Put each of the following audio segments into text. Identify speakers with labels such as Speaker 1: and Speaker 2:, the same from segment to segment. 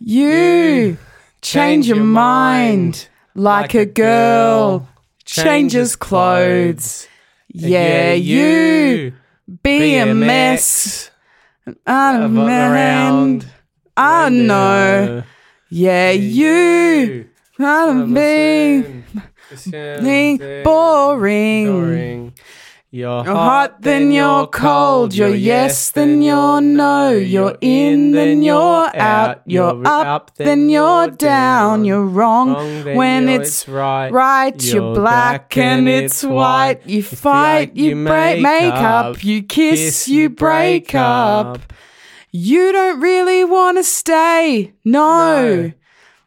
Speaker 1: You, change your mind like a girl changes clothes. Yeah, you be a mess. I'm
Speaker 2: Of- around.
Speaker 1: I know.
Speaker 2: Uh,
Speaker 1: Yeah, you. I'm being
Speaker 2: Something
Speaker 1: boring.
Speaker 2: boring. You're
Speaker 1: You're hot, then you're cold. You're yes, then you're no. You're in, then you're out. You're up, then you're down. You're wrong
Speaker 2: Wrong, then
Speaker 1: when
Speaker 2: you're-
Speaker 1: it's
Speaker 2: it's right.
Speaker 1: right. You're
Speaker 2: You're
Speaker 1: black
Speaker 2: black
Speaker 1: and
Speaker 2: and
Speaker 1: it's
Speaker 2: it's
Speaker 1: white.
Speaker 2: white.
Speaker 1: You
Speaker 2: If you
Speaker 1: fight,
Speaker 2: like,
Speaker 1: you
Speaker 2: you
Speaker 1: break,
Speaker 2: make
Speaker 1: make up.
Speaker 2: up.
Speaker 1: You kiss,
Speaker 2: Kiss,
Speaker 1: you
Speaker 2: you
Speaker 1: break
Speaker 2: break
Speaker 1: up.
Speaker 2: up.
Speaker 1: You don't really want to stay. No.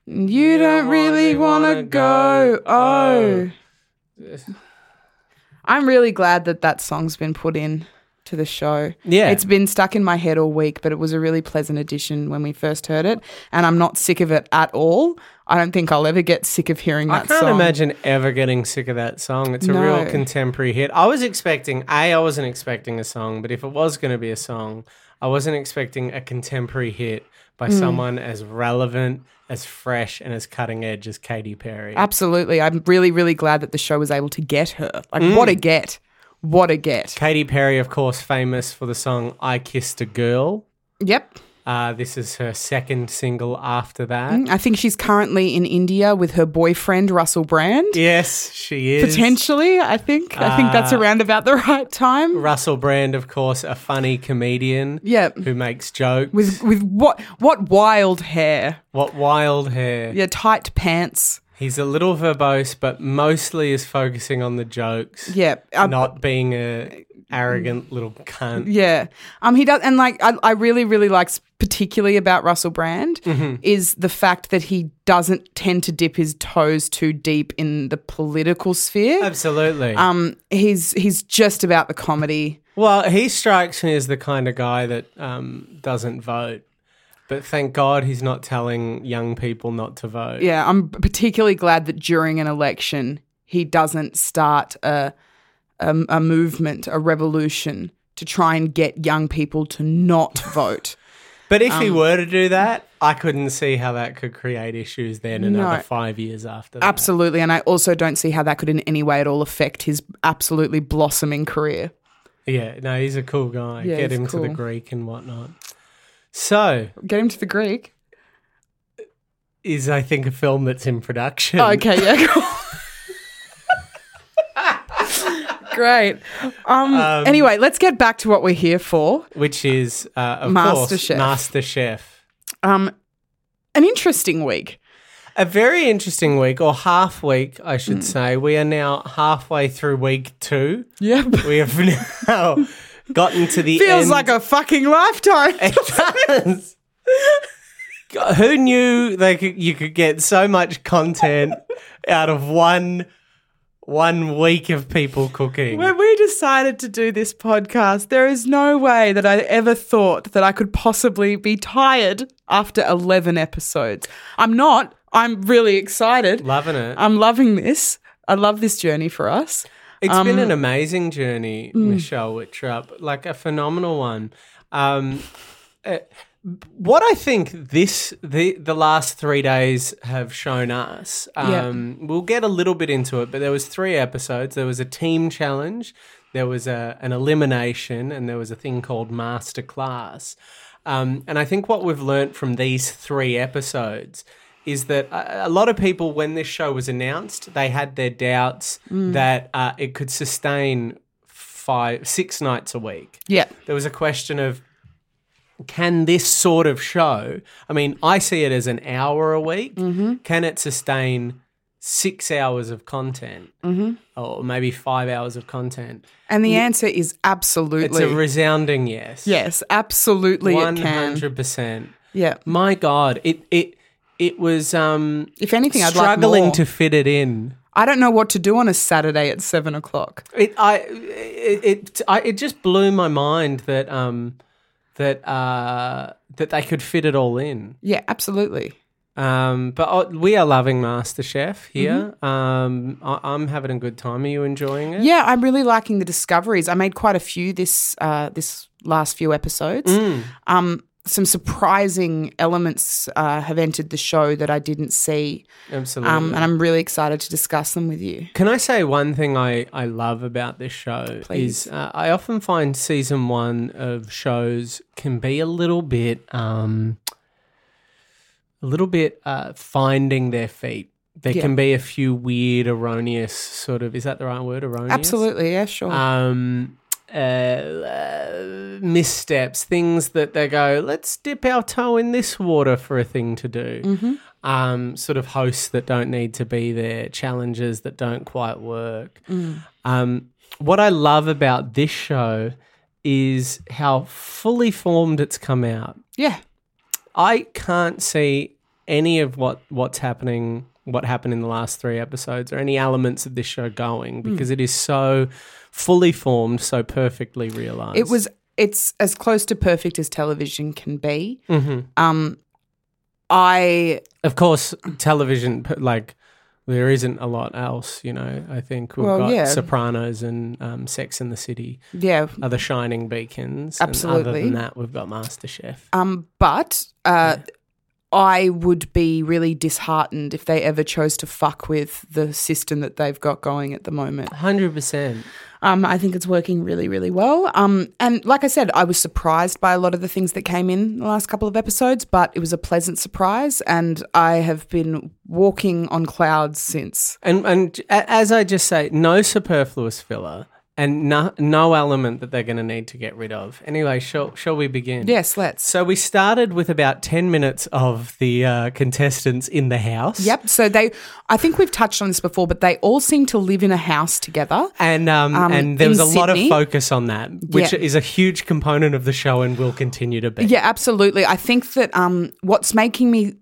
Speaker 1: You don't really want to
Speaker 2: wanna
Speaker 1: go.
Speaker 2: go.
Speaker 1: Oh.
Speaker 2: Oh.
Speaker 1: I'm really glad that that song's been put in to the show.
Speaker 2: Yeah.
Speaker 1: It's been stuck in my head all week, but it was a really pleasant addition when we first heard it, and I'm not sick of it at all. I don't think I'll ever get sick of hearing
Speaker 2: I
Speaker 1: that
Speaker 2: can't
Speaker 1: song.
Speaker 2: imagine ever getting sick of that song. It's a
Speaker 1: No.
Speaker 2: real contemporary hit. I was expecting, A, I wasn't expecting a song, but if it was going to be a song, I wasn't expecting a contemporary hit by
Speaker 1: Hmm.
Speaker 2: someone as relevant, as fresh, and as cutting edge as Katy Perry.
Speaker 1: Absolutely. I'm really, really glad that the show was able to get her. Like,
Speaker 2: Mm.
Speaker 1: what a get. What a get.
Speaker 2: Katy Perry, of course, famous for the song I Kissed a Girl.
Speaker 1: Yep.
Speaker 2: Uh, this is her second single after that.
Speaker 1: I think she's currently in India with her boyfriend, Russell Brand.
Speaker 2: Yes, she is.
Speaker 1: Potentially, I think. I think
Speaker 2: Uh,
Speaker 1: that's around about the right time.
Speaker 2: Russell Brand, of course, a funny comedian
Speaker 1: Yep.
Speaker 2: who makes jokes.
Speaker 1: With with what what wild hair.
Speaker 2: what wild hair.
Speaker 1: Yeah, tight pants.
Speaker 2: He's a little verbose, but mostly is focusing on the jokes.
Speaker 1: Yeah, um,
Speaker 2: not being a arrogant little cunt.
Speaker 1: Yeah. Um, he does, and like I, I really, really likes particularly about Russell Brand is the fact that he doesn't tend to dip his toes too deep in the political sphere.
Speaker 2: Absolutely.
Speaker 1: Um, he's he's just about the comedy.
Speaker 2: well, he strikes me as the kind of guy that um, doesn't vote. But thank God he's not telling young people not to vote.
Speaker 1: Yeah, I'm particularly glad that during an election he doesn't start a a, a movement, a revolution to try and get young people to not vote.
Speaker 2: But if he
Speaker 1: um,
Speaker 2: were to do that, I couldn't see how that could create issues then another five years after that.
Speaker 1: Absolutely. And I also don't see how that could in any way at all affect his absolutely blossoming career.
Speaker 2: Yeah, no, he's a cool guy.
Speaker 1: Yeah,
Speaker 2: Get
Speaker 1: he's
Speaker 2: him to
Speaker 1: cool.
Speaker 2: the Greek and whatnot. So,
Speaker 1: Get him to the Greek.
Speaker 2: is I think a film that's in production.
Speaker 1: Oh, okay, yeah. cool. Great. Um, anyway, let's get back to what we're here for.
Speaker 2: Which is, uh, of course,
Speaker 1: MasterChef.
Speaker 2: MasterChef.
Speaker 1: Um, an interesting week.
Speaker 2: A very interesting week, or half week, I should
Speaker 1: Mm.
Speaker 2: say. We are now halfway through week two.
Speaker 1: Yep.
Speaker 2: We have now gotten to the
Speaker 1: Feels
Speaker 2: end.
Speaker 1: like a fucking lifetime.
Speaker 2: It does. God, Who knew they could, you could get so much content out of one one week of people cooking?
Speaker 1: When we decided to do this podcast, there is no way that I ever thought that I could possibly be tired after 11 episodes. I'm not. I'm really excited.
Speaker 2: Loving it.
Speaker 1: I'm loving this. I love this journey for us.
Speaker 2: It's been an amazing journey, Michelle Wittrup, like a phenomenal one. Um, uh, what I think this the the last three days have shown us.
Speaker 1: Yeah.
Speaker 2: Um, We'll get a little bit into it, but there was three episodes. There was a team challenge, there was a, an elimination, and there was a thing called masterclass. Um, and I think what we've learnt from these three episodes is that a, a lot of people, when this show was announced, they had their doubts
Speaker 1: Mm.
Speaker 2: that uh, it could sustain five, six nights a week.
Speaker 1: Yeah.
Speaker 2: There was a question of can this sort
Speaker 1: Mm-hmm.
Speaker 2: of show, I mean, I see it as an hour a week, can it sustain six hours of content,
Speaker 1: Mm-hmm.
Speaker 2: or maybe five hours of content?
Speaker 1: And the answer is
Speaker 2: It's
Speaker 1: absolutely
Speaker 2: a resounding yes.
Speaker 1: yes, absolutely
Speaker 2: one
Speaker 1: it can.
Speaker 2: hundred percent.
Speaker 1: Yeah.
Speaker 2: My God, it it it was um
Speaker 1: If anything, I'd like
Speaker 2: struggling
Speaker 1: more.
Speaker 2: to fit it in.
Speaker 1: I don't know what to do on a Saturday at seven o'clock.
Speaker 2: It I it it, I, it just blew my mind that um that uh that they could fit it all in.
Speaker 1: Yeah, absolutely.
Speaker 2: Um, but uh, we are loving MasterChef here. Um, I, I'm having a good time. Are you enjoying it?
Speaker 1: Yeah, I'm really liking the discoveries. I made quite a few this uh, this last few episodes. Um, some surprising elements uh, have entered the show that I didn't see,
Speaker 2: Absolutely.
Speaker 1: um, and I'm really excited to discuss them with you.
Speaker 2: Can I say one thing I, I love about this show
Speaker 1: Please.
Speaker 2: is uh, I often find season one of shows can be a little bit um, a little bit uh, finding their feet. There
Speaker 1: Yeah.
Speaker 2: can be a few weird, erroneous sort of is that the right word? Erroneous,
Speaker 1: Absolutely, yeah, sure.
Speaker 2: Um, uh, uh, missteps, things that they go, let's dip our toe in this water for a thing to do um, sort of hosts that don't need to be there, challenges that don't quite work. Um, what I love about this show is how fully formed it's come out.
Speaker 1: yeah,
Speaker 2: I can't see any of what what's happening, what happened in the last three episodes, or any elements of this show going
Speaker 1: Hmm.
Speaker 2: because it is so fully formed, so perfectly realized.
Speaker 1: it was. It's as close to perfect as television can be. Um, I
Speaker 2: Of course, television, p- like, there isn't a lot else, you know. I think we've
Speaker 1: Well,
Speaker 2: got
Speaker 1: yeah.
Speaker 2: Sopranos and um, Sex in the City
Speaker 1: yeah,
Speaker 2: are the shining beacons. And other
Speaker 1: Absolutely.
Speaker 2: than that, we've got MasterChef.
Speaker 1: Um, but uh, I would be really disheartened if they ever chose to fuck with the system that they've got going at the moment.
Speaker 2: 100%.
Speaker 1: Um, I think it's working really, really well. Um, and like I said, I was surprised by a lot of the things that came in the last couple of episodes, but it was a pleasant surprise, and I have been walking on clouds since.
Speaker 2: And, and j- a- as I just say, no superfluous filler and no, no element that they're going to need to get rid of. Anyway, shall, shall we begin?
Speaker 1: Yes, let's.
Speaker 2: So we started with about 10 minutes of the uh, contestants in the house.
Speaker 1: Yep. So they, I think we've touched on this before, but they all seem to live in a house together.
Speaker 2: And um,
Speaker 1: Um,
Speaker 2: and there
Speaker 1: in
Speaker 2: was a lot of
Speaker 1: Sydney.
Speaker 2: focus on that, which
Speaker 1: Yeah.
Speaker 2: is a huge component of the show and will continue to be.
Speaker 1: Yeah, absolutely. I think that um, what's making me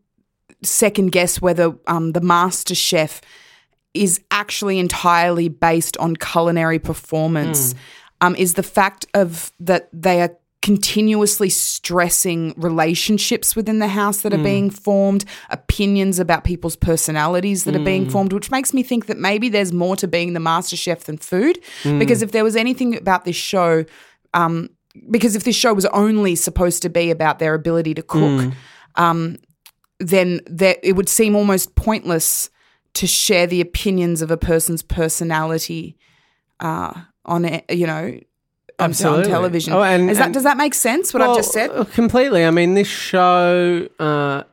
Speaker 1: second guess whether um, the Master Chef is actually entirely based on culinary performance um, is the fact of that they are continuously stressing relationships within the house that are being formed, opinions about people's personalities that are being formed, which makes me think that maybe there's more to being the master chef than food. Because if there was anything about this show because if this show was only supposed to be about their ability to cook,
Speaker 2: Hmm.
Speaker 1: um, then there, it would seem almost pointless to share the opinions of a person's personality uh, on it. You know, on, on
Speaker 2: Absolutely.
Speaker 1: television.
Speaker 2: Oh, and-
Speaker 1: Is that
Speaker 2: and-
Speaker 1: does that make sense? What I've just said?
Speaker 2: Well, uh, Completely. I mean, this show, uh, uh,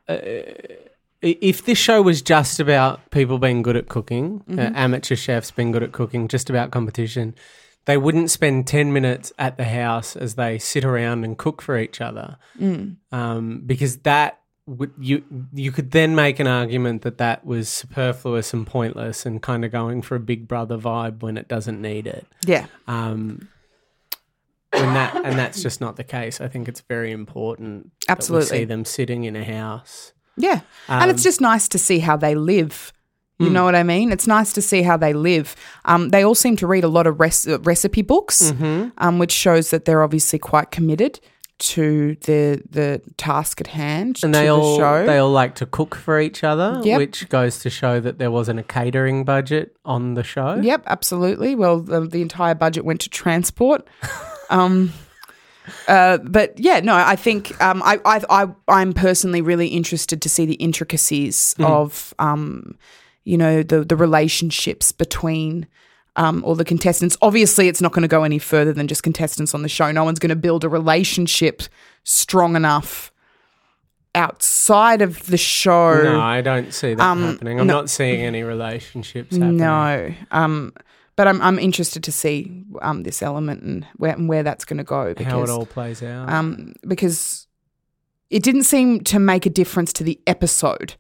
Speaker 2: if this show was just about people being good at cooking, uh,
Speaker 1: Mm-hmm.
Speaker 2: amateur chefs being good at cooking, just about competition, they wouldn't spend 10 minutes at the house as they sit around and cook for each other.
Speaker 1: Mm.
Speaker 2: Um, because that. would- You you could then make an argument that that was superfluous and pointless and kind of going for a Big Brother vibe when it doesn't need it
Speaker 1: Yeah.
Speaker 2: um, and that and that's just not the case. I think it's very important. that we
Speaker 1: Absolutely.
Speaker 2: see them sitting in a house.
Speaker 1: Yeah. and
Speaker 2: Um,
Speaker 1: it's just nice to see how they live.
Speaker 2: Hmm.
Speaker 1: You know what I mean? It's nice to see how they live. Um, they all seem to read a lot of res- uh, recipe books,
Speaker 2: Mm-hmm.
Speaker 1: um, which shows that they're obviously quite committed to the the task at hand
Speaker 2: And
Speaker 1: to
Speaker 2: they
Speaker 1: the
Speaker 2: all
Speaker 1: show.
Speaker 2: they all like to cook for each other,
Speaker 1: Yep.
Speaker 2: which goes to show that there wasn't a catering budget on the show.
Speaker 1: yep, absolutely. Well, the, the entire budget went to transport. um, uh, but yeah, no, I think um, I, I I I'm personally really interested to see the intricacies of um, you know the the relationships between. Um, all the contestants. Obviously, it's not going to go any further than just contestants on the show. No one's going to build a relationship strong enough outside of the show.
Speaker 2: No, I don't see that happening. I'm not seeing any relationships happening.
Speaker 1: um, No. Um, but I'm I'm interested to see um this element and where and where that's going to go because uh,
Speaker 2: How it all plays out.
Speaker 1: um because it didn't seem to make a difference to the episode.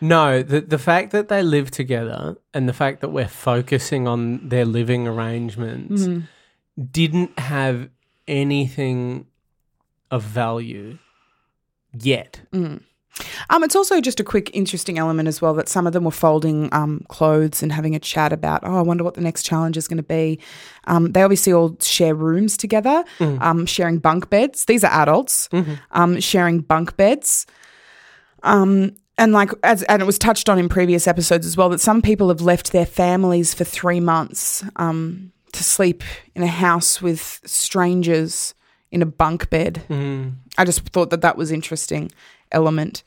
Speaker 2: No, the the fact that they live together and the fact that we're focusing on their living arrangements didn't have anything of value yet.
Speaker 1: Um, it's also just a quick, interesting element as well that some of them were folding um, clothes and having a chat about, oh, I wonder what the next challenge is going to be. Um, they obviously all share rooms together, um, sharing bunk beds. These are adults um, sharing bunk beds. Um, and like as and it was touched on in previous episodes as well that some people have left their families for three months um, to sleep in a house with strangers in a bunk bed. I just thought that that was interesting element.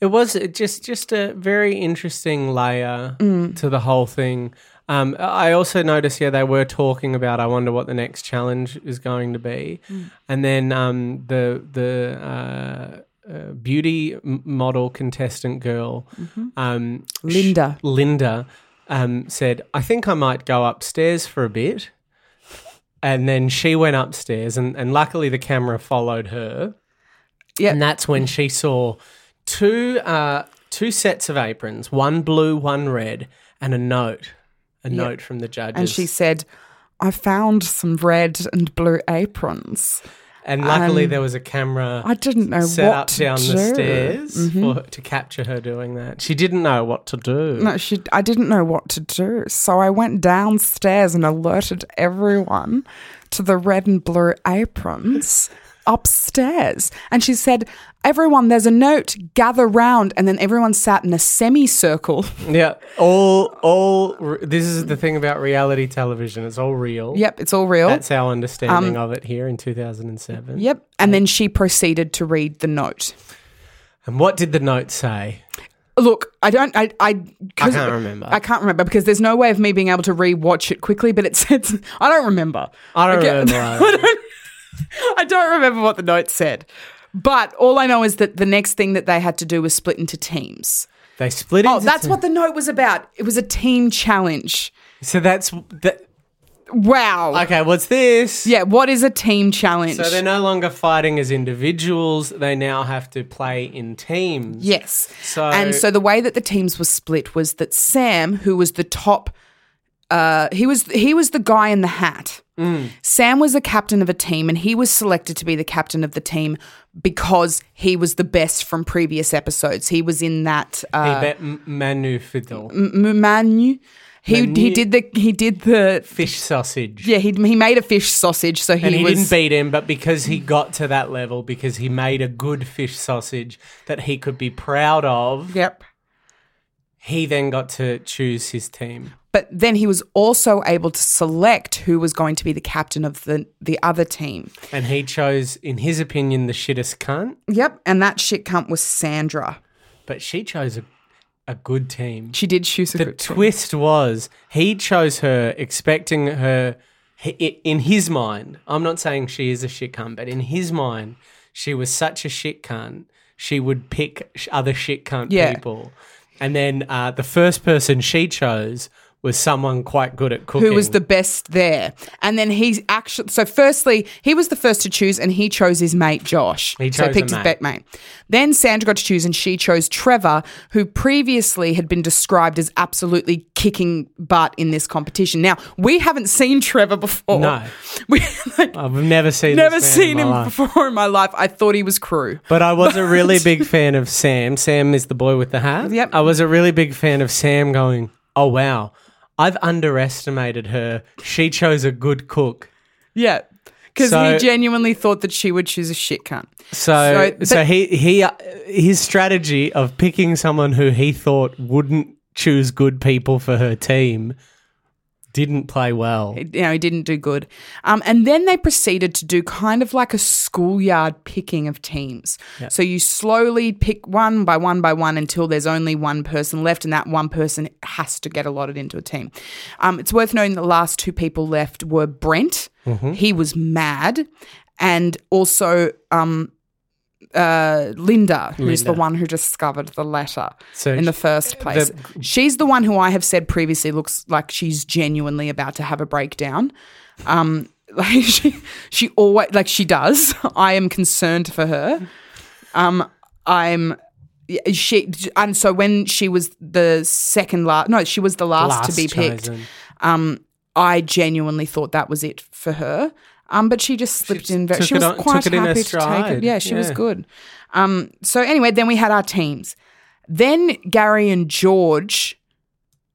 Speaker 2: It was uh, just just a very interesting layer to the whole thing. Um, I also noticed, yeah, they were talking about. I wonder what the next challenge is going to be, and then um, the the uh, uh, beauty m- model contestant girl, um,
Speaker 1: Linda.
Speaker 2: Sh- Linda um, said, "I think I might go upstairs for a bit," and then she went upstairs, and, and luckily the camera followed her.
Speaker 1: Yeah.
Speaker 2: And that's when she saw two uh, two sets of aprons, one blue, one red, and a note, a note from the judges.
Speaker 1: And she said, I found some red and blue aprons.
Speaker 2: And luckily,
Speaker 1: um,
Speaker 2: there was a camera.
Speaker 1: I didn't know
Speaker 2: set
Speaker 1: what
Speaker 2: up
Speaker 1: to
Speaker 2: down the
Speaker 1: do. Mm-hmm.
Speaker 2: stairs for her, to capture her doing that. She didn't know what to do.
Speaker 1: No, she, I didn't know what to do. So I went downstairs and alerted everyone to the red and blue aprons upstairs. And she said, Everyone, there's a note, gather round. And then everyone sat in a semicircle.
Speaker 2: Yeah, all all. re- This is the thing about reality television. It's all real.
Speaker 1: yep, it's all real.
Speaker 2: That's our understanding
Speaker 1: um,
Speaker 2: of it here in 2007.
Speaker 1: yep. And then she proceeded to read the note.
Speaker 2: And what did the note say?
Speaker 1: Look, I don't. I I, 'cause-
Speaker 2: I can't remember.
Speaker 1: I can't remember because there's no way of me being able to rewatch it quickly. But it said, I don't remember.
Speaker 2: I don't
Speaker 1: Again,
Speaker 2: remember.
Speaker 1: I don't, I don't remember what the note said. But all I know is that the next thing that they had to do was split into teams.
Speaker 2: They split
Speaker 1: Oh,
Speaker 2: into
Speaker 1: that's
Speaker 2: two-
Speaker 1: what the note was about. It was a team challenge.
Speaker 2: So that's that.
Speaker 1: Wow.
Speaker 2: Okay, what's this?
Speaker 1: Yeah. What is a team challenge?
Speaker 2: So they're no longer fighting as individuals. They now have to play in teams.
Speaker 1: Yes.
Speaker 2: So-
Speaker 1: and so the way that the teams were split was that Sam, who was the top, uh, he was he was the guy in the hat.
Speaker 2: Mm.
Speaker 1: Sam was the captain of a team, and he was selected to be the captain of the team because he was the best from previous episodes. He was in that
Speaker 2: He
Speaker 1: uh,
Speaker 2: bet M- Manu Fiddle.
Speaker 1: M- Manu. He he
Speaker 2: Manu.
Speaker 1: did the he did the
Speaker 2: Fish sausage.
Speaker 1: yeah he he made a fish sausage, so he,
Speaker 2: and he
Speaker 1: was
Speaker 2: didn't beat him, but because he got to that level, because he made a good fish sausage that he could be proud of,
Speaker 1: yep.
Speaker 2: he then got to choose his team.
Speaker 1: But then he was also able to select who was going to be the captain of the the other team.
Speaker 2: And he chose, in his opinion, the shittest cunt,
Speaker 1: Yep, and that shit cunt was Sandra.
Speaker 2: but she chose a, a good team.
Speaker 1: She did choose a
Speaker 2: The
Speaker 1: good team.
Speaker 2: twist was he chose her, expecting her. he- i- In his mind, I'm not saying she is a shit cunt, but in his mind, she was such a shit cunt. She would pick sh- other shit cunt
Speaker 1: Yeah.
Speaker 2: people, and then uh, the first person she chose was someone quite good at cooking.
Speaker 1: Who was the best there? And then he actually. So, firstly, he was the first to choose, and he chose his mate Josh.
Speaker 2: He
Speaker 1: so he
Speaker 2: chose a
Speaker 1: picked his
Speaker 2: mate.
Speaker 1: bet mate. Then Sandra got to choose, and she chose Trevor, who previously had been described as absolutely kicking butt in this competition. Now we haven't seen Trevor before.
Speaker 2: No.
Speaker 1: we like
Speaker 2: I've never seen
Speaker 1: never
Speaker 2: this man
Speaker 1: seen
Speaker 2: in
Speaker 1: him
Speaker 2: my life.
Speaker 1: before in my life. I thought he was crew.
Speaker 2: But I was a really big fan of Sam. Sam is the boy with the hat.
Speaker 1: Yep.
Speaker 2: I was a really big fan of Sam going, oh, wow, I've underestimated her. She chose a good cook.
Speaker 1: Yeah. Because
Speaker 2: So-
Speaker 1: he genuinely thought that she would choose a shit cunt.
Speaker 2: So,
Speaker 1: So-
Speaker 2: so, he, he uh, his strategy of picking someone who he thought wouldn't choose good people for her team didn't play well.
Speaker 1: you know, he didn't do good. Um, and then they proceeded to do kind of like a schoolyard picking of teams. So you slowly pick one by one by one until there's only one person left, and that one person has to get allotted into a team. Um, it's worth noting the last two people left were Brent. He was mad. And also um, uh, Linda, who's the one who discovered the letter
Speaker 2: So
Speaker 1: in the
Speaker 2: she-
Speaker 1: first place. she's the one who I have said previously looks like she's genuinely about to have a breakdown. Um, like she she always like she does. I am concerned for her. Um, I'm yeah, she and so when she was the second last no she was the last, to be picked
Speaker 2: chosen.
Speaker 1: i genuinely thought that was it for her um but she just slipped in very
Speaker 2: took
Speaker 1: she
Speaker 2: it
Speaker 1: was
Speaker 2: on-
Speaker 1: quite
Speaker 2: took it in her
Speaker 1: happy to take it
Speaker 2: stride.
Speaker 1: yeah she was
Speaker 2: Yeah.
Speaker 1: good um so anyway then we had our teams then gary and george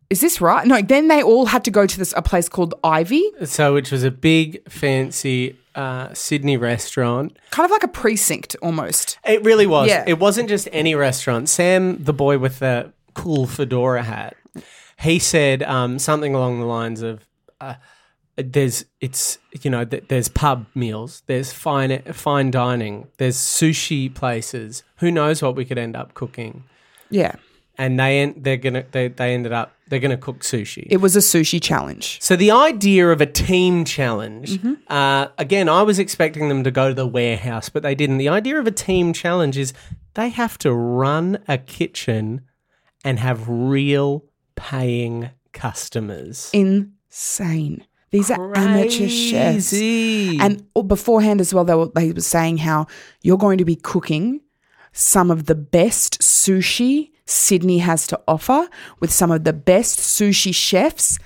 Speaker 1: is this right no then they all had to go to this a place called ivy
Speaker 2: So, which was a big, fancy uh, Sydney restaurant.
Speaker 1: kind of like a precinct almost
Speaker 2: It really was.
Speaker 1: Yeah.
Speaker 2: It wasn't just any restaurant. Sam, the boy with the cool fedora hat, he said um, something along the lines of, uh, "There's it's you know th- there's pub meals, there's fine fine dining, there's sushi places. Who knows what we could end up cooking."
Speaker 1: yeah
Speaker 2: And they en- they're gonna they, they ended up they're gonna cook sushi.
Speaker 1: it was a sushi challenge
Speaker 2: So the idea of a team challenge,
Speaker 1: Mm-hmm.
Speaker 2: uh, again, I was expecting them to go to the warehouse, but they didn't. The idea of a team challenge is they have to run a kitchen and have real paying customers.
Speaker 1: insane these are amateur chefs
Speaker 2: Crazy.
Speaker 1: And oh, beforehand as well, they were, they were saying how you're going to be cooking some of the best sushi Sydney has to offer with some of the best sushi chefs.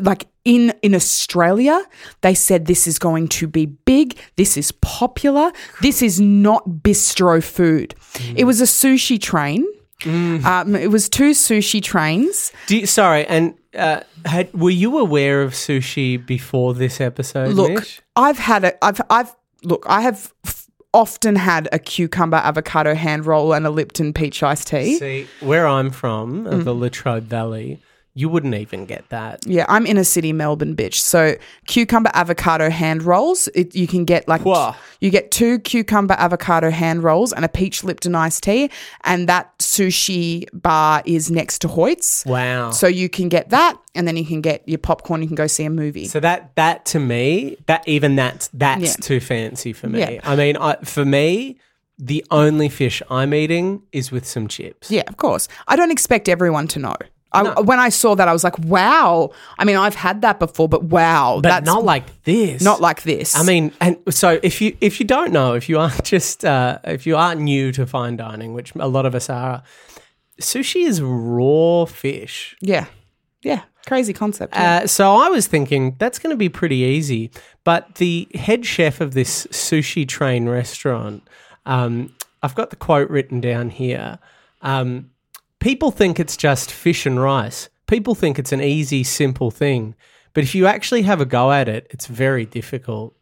Speaker 1: Like in in Australia, they said this is going to be big. This is popular. This is not bistro food. It was a sushi train. Um, it was two sushi trains.
Speaker 2: Do you- sorry, and uh, had, were you aware of sushi before this episode?
Speaker 1: Look,
Speaker 2: Mish?
Speaker 1: I've had a, I've, I've, look, I have f- often had a cucumber avocado hand roll and a Lipton peach iced tea.
Speaker 2: See, where I'm from, uh,
Speaker 1: Mm.
Speaker 2: the Latrobe Valley, you wouldn't even get that.
Speaker 1: Yeah, I'm in a city Melbourne, bitch. So cucumber avocado hand rolls, it, you can get like
Speaker 2: Whoa.
Speaker 1: you get two cucumber avocado hand rolls and a peach Lipton iced tea, and that sushi bar is next to Hoyt's.
Speaker 2: Wow.
Speaker 1: So you can get that, and then you can get your popcorn. You can go see a movie.
Speaker 2: So that that to me, that even that's that's
Speaker 1: Yeah.
Speaker 2: too fancy for me.
Speaker 1: Yeah.
Speaker 2: I mean, I, for me, the only fish I'm eating is with some chips.
Speaker 1: Yeah, of course. I don't expect everyone to know. I, When I saw that, I was like, wow. I mean, I've had that before, but wow.
Speaker 2: but
Speaker 1: that's
Speaker 2: not like this.
Speaker 1: not like this.
Speaker 2: I mean, and so if you if you don't know, if you aren't just uh, if you aren't new to fine dining, which a lot of us are, sushi is raw fish.
Speaker 1: yeah. Yeah. Crazy concept. yeah.
Speaker 2: Uh, so I was thinking that's going to be pretty easy. But the head chef of this sushi train restaurant, um, I've got the quote written down here. Um, people think it's just fish and rice. People think it's an easy, simple thing. But if you actually have a go at it, it's very difficult.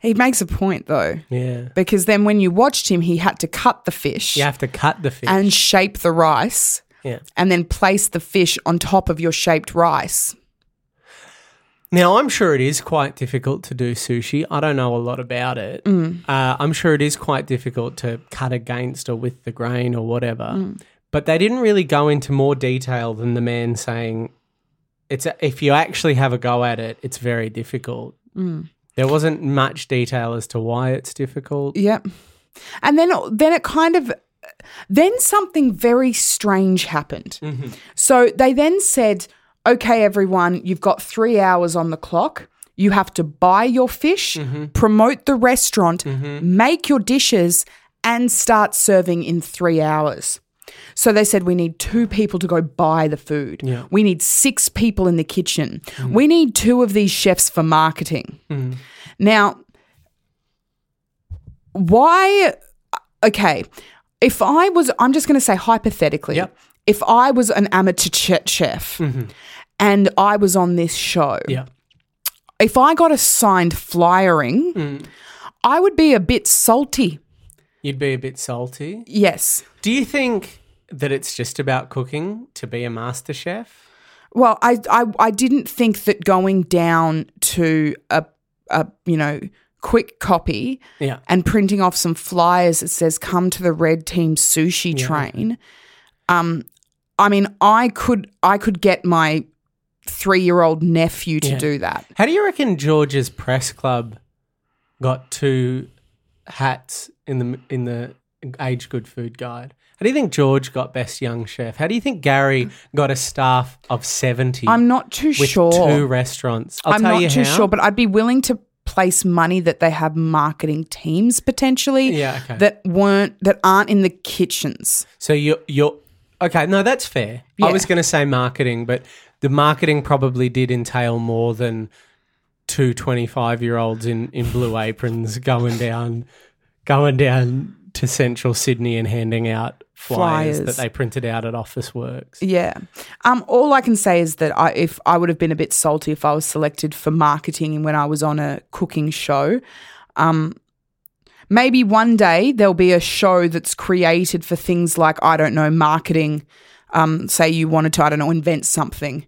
Speaker 1: he makes a point, though,
Speaker 2: Yeah.
Speaker 1: because then when you watched him, he had to cut the fish
Speaker 2: You have to cut the fish.
Speaker 1: and shape the rice
Speaker 2: yeah.
Speaker 1: and then place the fish on top of your shaped rice.
Speaker 2: Now, I'm sure it is quite difficult to do sushi. I don't know a lot about it. Uh, I'm sure it is quite difficult to cut against or with the grain or whatever. But they didn't really go into more detail than the man saying, "It's a, if you actually have a go at it, it's very difficult." There wasn't much detail as to why it's difficult.
Speaker 1: Yep. And then then it kind of then something very strange happened. So they then said, "Okay, everyone, you've got 3 hours on the clock. You have to buy your fish, promote the restaurant, make your dishes and start serving in 3 hours." So they said we need two people to go buy the food. We need six people in the kitchen. We need two of these chefs for marketing. Now, why okay if i was i'm just going to say hypothetically
Speaker 2: Yep.
Speaker 1: if i was an amateur ch- chef and i was on this show
Speaker 2: Yeah.
Speaker 1: if i got assigned flyering i would be a bit salty
Speaker 2: You'd be a bit salty.
Speaker 1: yes
Speaker 2: Do you think that it's just about cooking to be a master chef?
Speaker 1: well i i, I didn't think that going down to a, a you know quick copy
Speaker 2: Yeah.
Speaker 1: and printing off some flyers that says "Come to the Red Team Sushi Train." Um, I mean, I could I could get my three year old nephew to
Speaker 2: Yeah.
Speaker 1: do that.
Speaker 2: How do you reckon George's press club got two hats in the in the Age Good Food Guide? How do you think George got Best Young Chef? How do you think Gary got a staff of 70
Speaker 1: I'm not too
Speaker 2: with
Speaker 1: sure.
Speaker 2: two restaurants? I'll
Speaker 1: I'm
Speaker 2: tell
Speaker 1: not
Speaker 2: you
Speaker 1: too
Speaker 2: how.
Speaker 1: sure, but I'd be willing to place money that they have marketing teams potentially
Speaker 2: Yeah, okay.
Speaker 1: that weren't that aren't in the kitchens.
Speaker 2: So you're you're okay. No, that's fair. I
Speaker 1: Yeah.
Speaker 2: was going to say marketing, but the marketing probably did entail more than two 25 year olds in in blue aprons going down going down to central Sydney and handing out flyers,
Speaker 1: Flyers.
Speaker 2: that they printed out at Office Works.
Speaker 1: Yeah. Um all I can say is that I if I would have been a bit salty if I was selected for marketing when I was on a cooking show. Um maybe one day there'll be a show that's created for things like I don't know marketing um, say you wanted to, I don't know, invent something,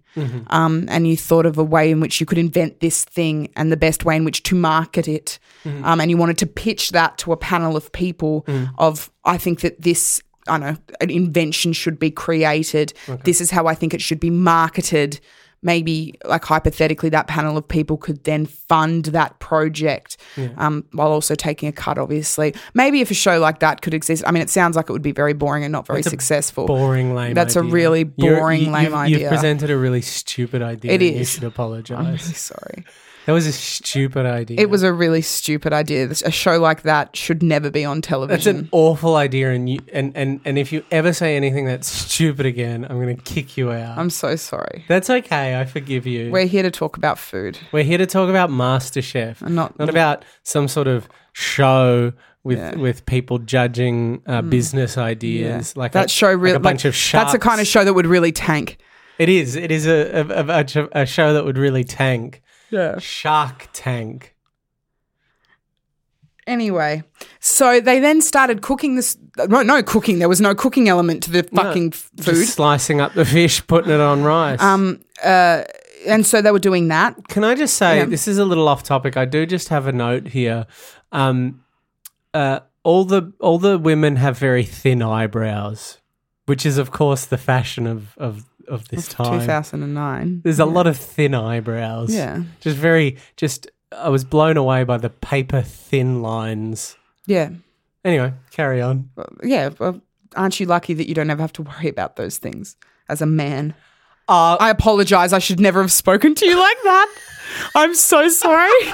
Speaker 1: um, and you thought of a way in which you could invent this thing and the best way in which to market it, um, and you wanted to pitch that to a panel of people of, I think that this, I don't know, an invention should be created. This is how I think it should be marketed. Maybe, like hypothetically, that panel of people could then fund that project um, while also taking a cut, obviously. Maybe if a show like that could exist, I mean, it sounds like it would be very boring and not very
Speaker 2: That's a
Speaker 1: successful.
Speaker 2: Boring lame.
Speaker 1: That's a
Speaker 2: idea.
Speaker 1: really
Speaker 2: You're-
Speaker 1: boring,
Speaker 2: you-
Speaker 1: lame
Speaker 2: you've- You've
Speaker 1: idea.
Speaker 2: presented a really stupid idea.
Speaker 1: It
Speaker 2: and You
Speaker 1: is.
Speaker 2: should apologise.
Speaker 1: Sorry.
Speaker 2: that was a stupid idea.
Speaker 1: It was a really stupid idea. This- A show like that should never be on
Speaker 2: That's an
Speaker 1: television.
Speaker 2: awful idea, and you and, and and if you ever say anything that's stupid again, I'm going to kick you out.
Speaker 1: I'm so sorry.
Speaker 2: that's okay. I forgive you. We're,
Speaker 1: We're here to talk about food.
Speaker 2: here to talk about MasterChef,
Speaker 1: And not-
Speaker 2: not about some sort of show with with people judging uh, business ideas. Like
Speaker 1: Hmm. that
Speaker 2: a,
Speaker 1: show
Speaker 2: like
Speaker 1: really
Speaker 2: a bunch of sharks.
Speaker 1: That's the kind of show that would really tank.
Speaker 2: It is. It is a a, a, a- a show that would really tank.
Speaker 1: Yeah.
Speaker 2: Shark Tank.
Speaker 1: Anyway, so they then started cooking this. No, no cooking. There was no cooking element to the fucking f- food. Um,
Speaker 2: Just slicing up the fish, putting it on rice.
Speaker 1: uh, and so they were doing that.
Speaker 2: Can I just say
Speaker 1: Yeah.
Speaker 2: this is a little off topic? I do just have a note here. Um, uh, all the all the women have very thin eyebrows, which is of course the fashion of of, of this time.
Speaker 1: 2009.
Speaker 2: There's a lot of thin eyebrows.
Speaker 1: Yeah.
Speaker 2: just very just. I was blown away by the paper thin lines.
Speaker 1: Yeah.
Speaker 2: Anyway, carry on.
Speaker 1: Yeah. Well, aren't you lucky that you don't ever have to worry about those things as a man?
Speaker 2: Uh,
Speaker 1: I apologize. I should never have spoken to you like that. I'm so sorry.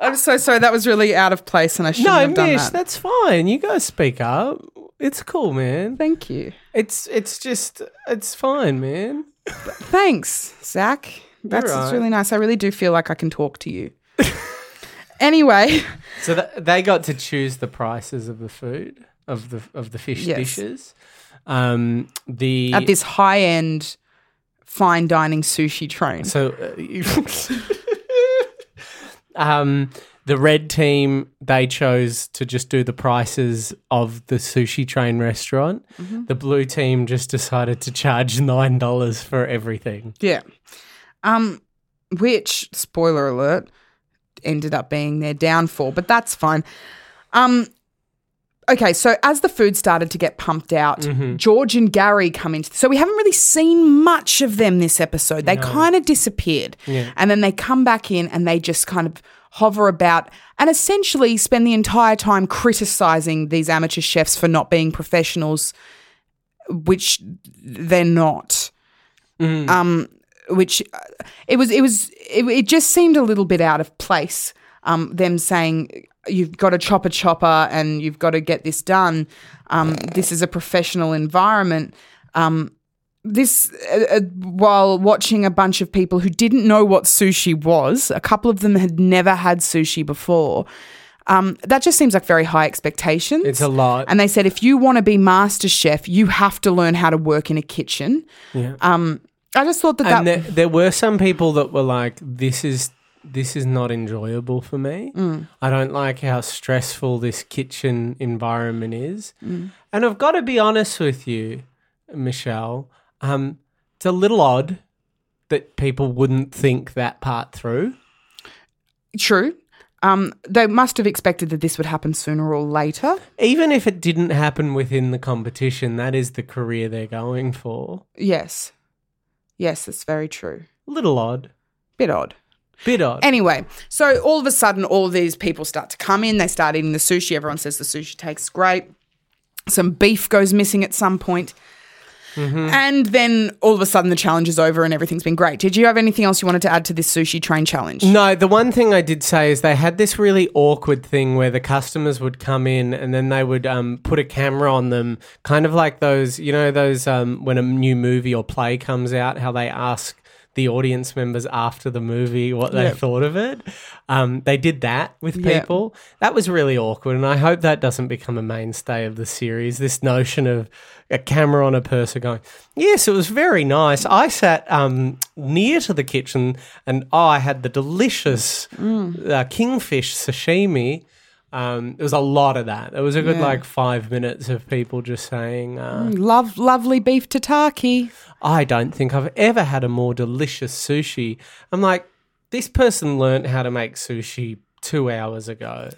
Speaker 1: I'm so sorry. That was really out of place, and I shouldn't
Speaker 2: no,
Speaker 1: have done
Speaker 2: Mish,
Speaker 1: that.
Speaker 2: that's fine. You guys speak up. It's cool, man.
Speaker 1: Thank you.
Speaker 2: It's it's just it's fine, man.
Speaker 1: Thanks, Zach. That's
Speaker 2: You're
Speaker 1: it's
Speaker 2: right.
Speaker 1: really nice. I really do feel like I can talk to you. anyway,
Speaker 2: So th- they got to choose the prices of the food of the of the fish
Speaker 1: Yes.
Speaker 2: dishes. Um, the
Speaker 1: at this high end fine dining sushi train.
Speaker 2: so uh, you- um, the red team they chose to just do the prices of the sushi train restaurant. The blue team just decided to charge nine dollars for everything.
Speaker 1: Yeah. Um, which, spoiler alert, ended up being their downfall, but that's fine. Um, okay, so as the food started to get pumped out, George and Gary come into. So we haven't really seen much of them this episode. They kind of disappeared. And then they come back in and they just kind of hover about and essentially spend the entire time criticizing these amateur chefs for not being professionals, which they're not
Speaker 2: Mm.
Speaker 1: Um, which uh, it was it was it, it just seemed a little bit out of place um them saying you've got to chop a chopper and you've got to get this done um this is a professional environment um this uh, uh, while watching a bunch of people who didn't know what sushi was a couple of them had never had sushi before um, that just seems like very high expectations.
Speaker 2: It's a lot.
Speaker 1: And they said, if you want to be master chef, you have to learn how to work in a kitchen. Um, I just thought that that
Speaker 2: and there, there were some people that were like, "This is this is not enjoyable for me. I don't like how stressful this kitchen environment is." And I've got to be honest with you, Michelle. Um, it's a little odd that people wouldn't think that part through.
Speaker 1: True. Um, they must have expected that this would happen sooner or later.
Speaker 2: Even if it didn't happen within the competition, that is the career they're going for.
Speaker 1: Yes. Yes, that's very true.
Speaker 2: A little odd.
Speaker 1: Bit odd.
Speaker 2: Bit odd.
Speaker 1: Anyway, so all of a sudden, all of these people start to come in. They start eating the sushi. Everyone says the sushi tastes great. Some beef goes missing at some point. And then all of a sudden, the challenge is over and everything's been great. Did you have anything else you wanted to add to this sushi train challenge?
Speaker 2: No, the one thing I did say is they had this really awkward thing where the customers would come in and then they would um, put a camera on them, kind of like those, you know, those um, when a new movie or play comes out, how they ask the audience members after the movie what they thought of it. Um, they did that with
Speaker 1: Yeah.
Speaker 2: people. That was really awkward, and I hope that doesn't become a mainstay of the series. This notion of a camera on a person going, yes, it was very nice. I sat um, near to the kitchen, and oh, I had the delicious uh, kingfish sashimi. Um, there was a lot of that. There was a good like five minutes of people just saying, uh,
Speaker 1: Love, lovely beef tataki.
Speaker 2: I don't think I've ever had a more delicious sushi. I'm like, this person learnt how to make sushi two hours ago.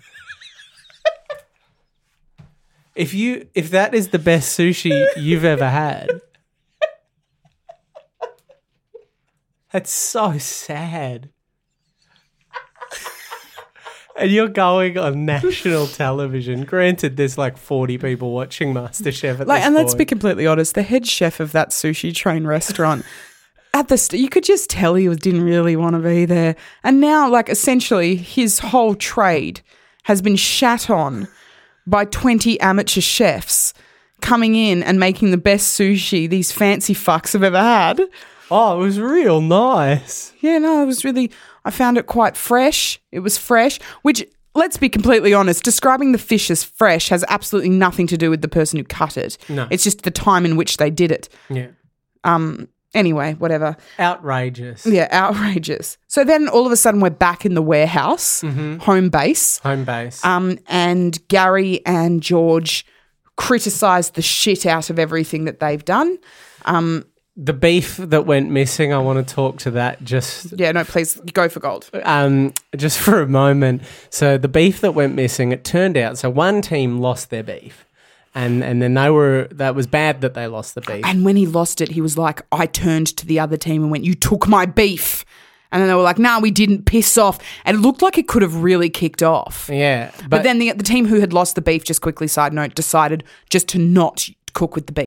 Speaker 2: if you if that is the best sushi you've ever had. That's so sad. And you're going on national television. Granted, there's like 40 people watching MasterChef at
Speaker 1: Like,
Speaker 2: this
Speaker 1: and let's
Speaker 2: point.
Speaker 1: be completely honest, the head chef of that sushi train restaurant. At the st- you could just tell he was- didn't really want to be there, and now like essentially his whole trade has been shat on by twenty amateur chefs coming in and making the best sushi these fancy fucks have ever had.
Speaker 2: Oh, it was real nice.
Speaker 1: Yeah, no, it was really. I found it quite fresh. It was fresh, which let's be completely honest. Describing the fish as fresh has absolutely nothing to do with the person who cut it.
Speaker 2: No.
Speaker 1: it's just the time in which they did it.
Speaker 2: Yeah.
Speaker 1: um anyway whatever
Speaker 2: Outrageous.
Speaker 1: yeah outrageous so then all of a sudden we're back in the warehouse home base
Speaker 2: Home base.
Speaker 1: um and gary and george criticize the shit out of everything that they've done
Speaker 2: the beef that went missing, I want to talk to that just
Speaker 1: yeah no please go for gold
Speaker 2: um just for a moment. So the beef that went missing, it turned out so one team lost their beef. And and then they were that was bad that they lost the beef.
Speaker 1: and when he lost it he was like i turned to the other team and went you took my beef and then they were like nah we didn't piss off and it looked like it could have really kicked off
Speaker 2: yeah. But,
Speaker 1: but then the, the team who had lost the beef just quickly side note decided just to not cook with the beef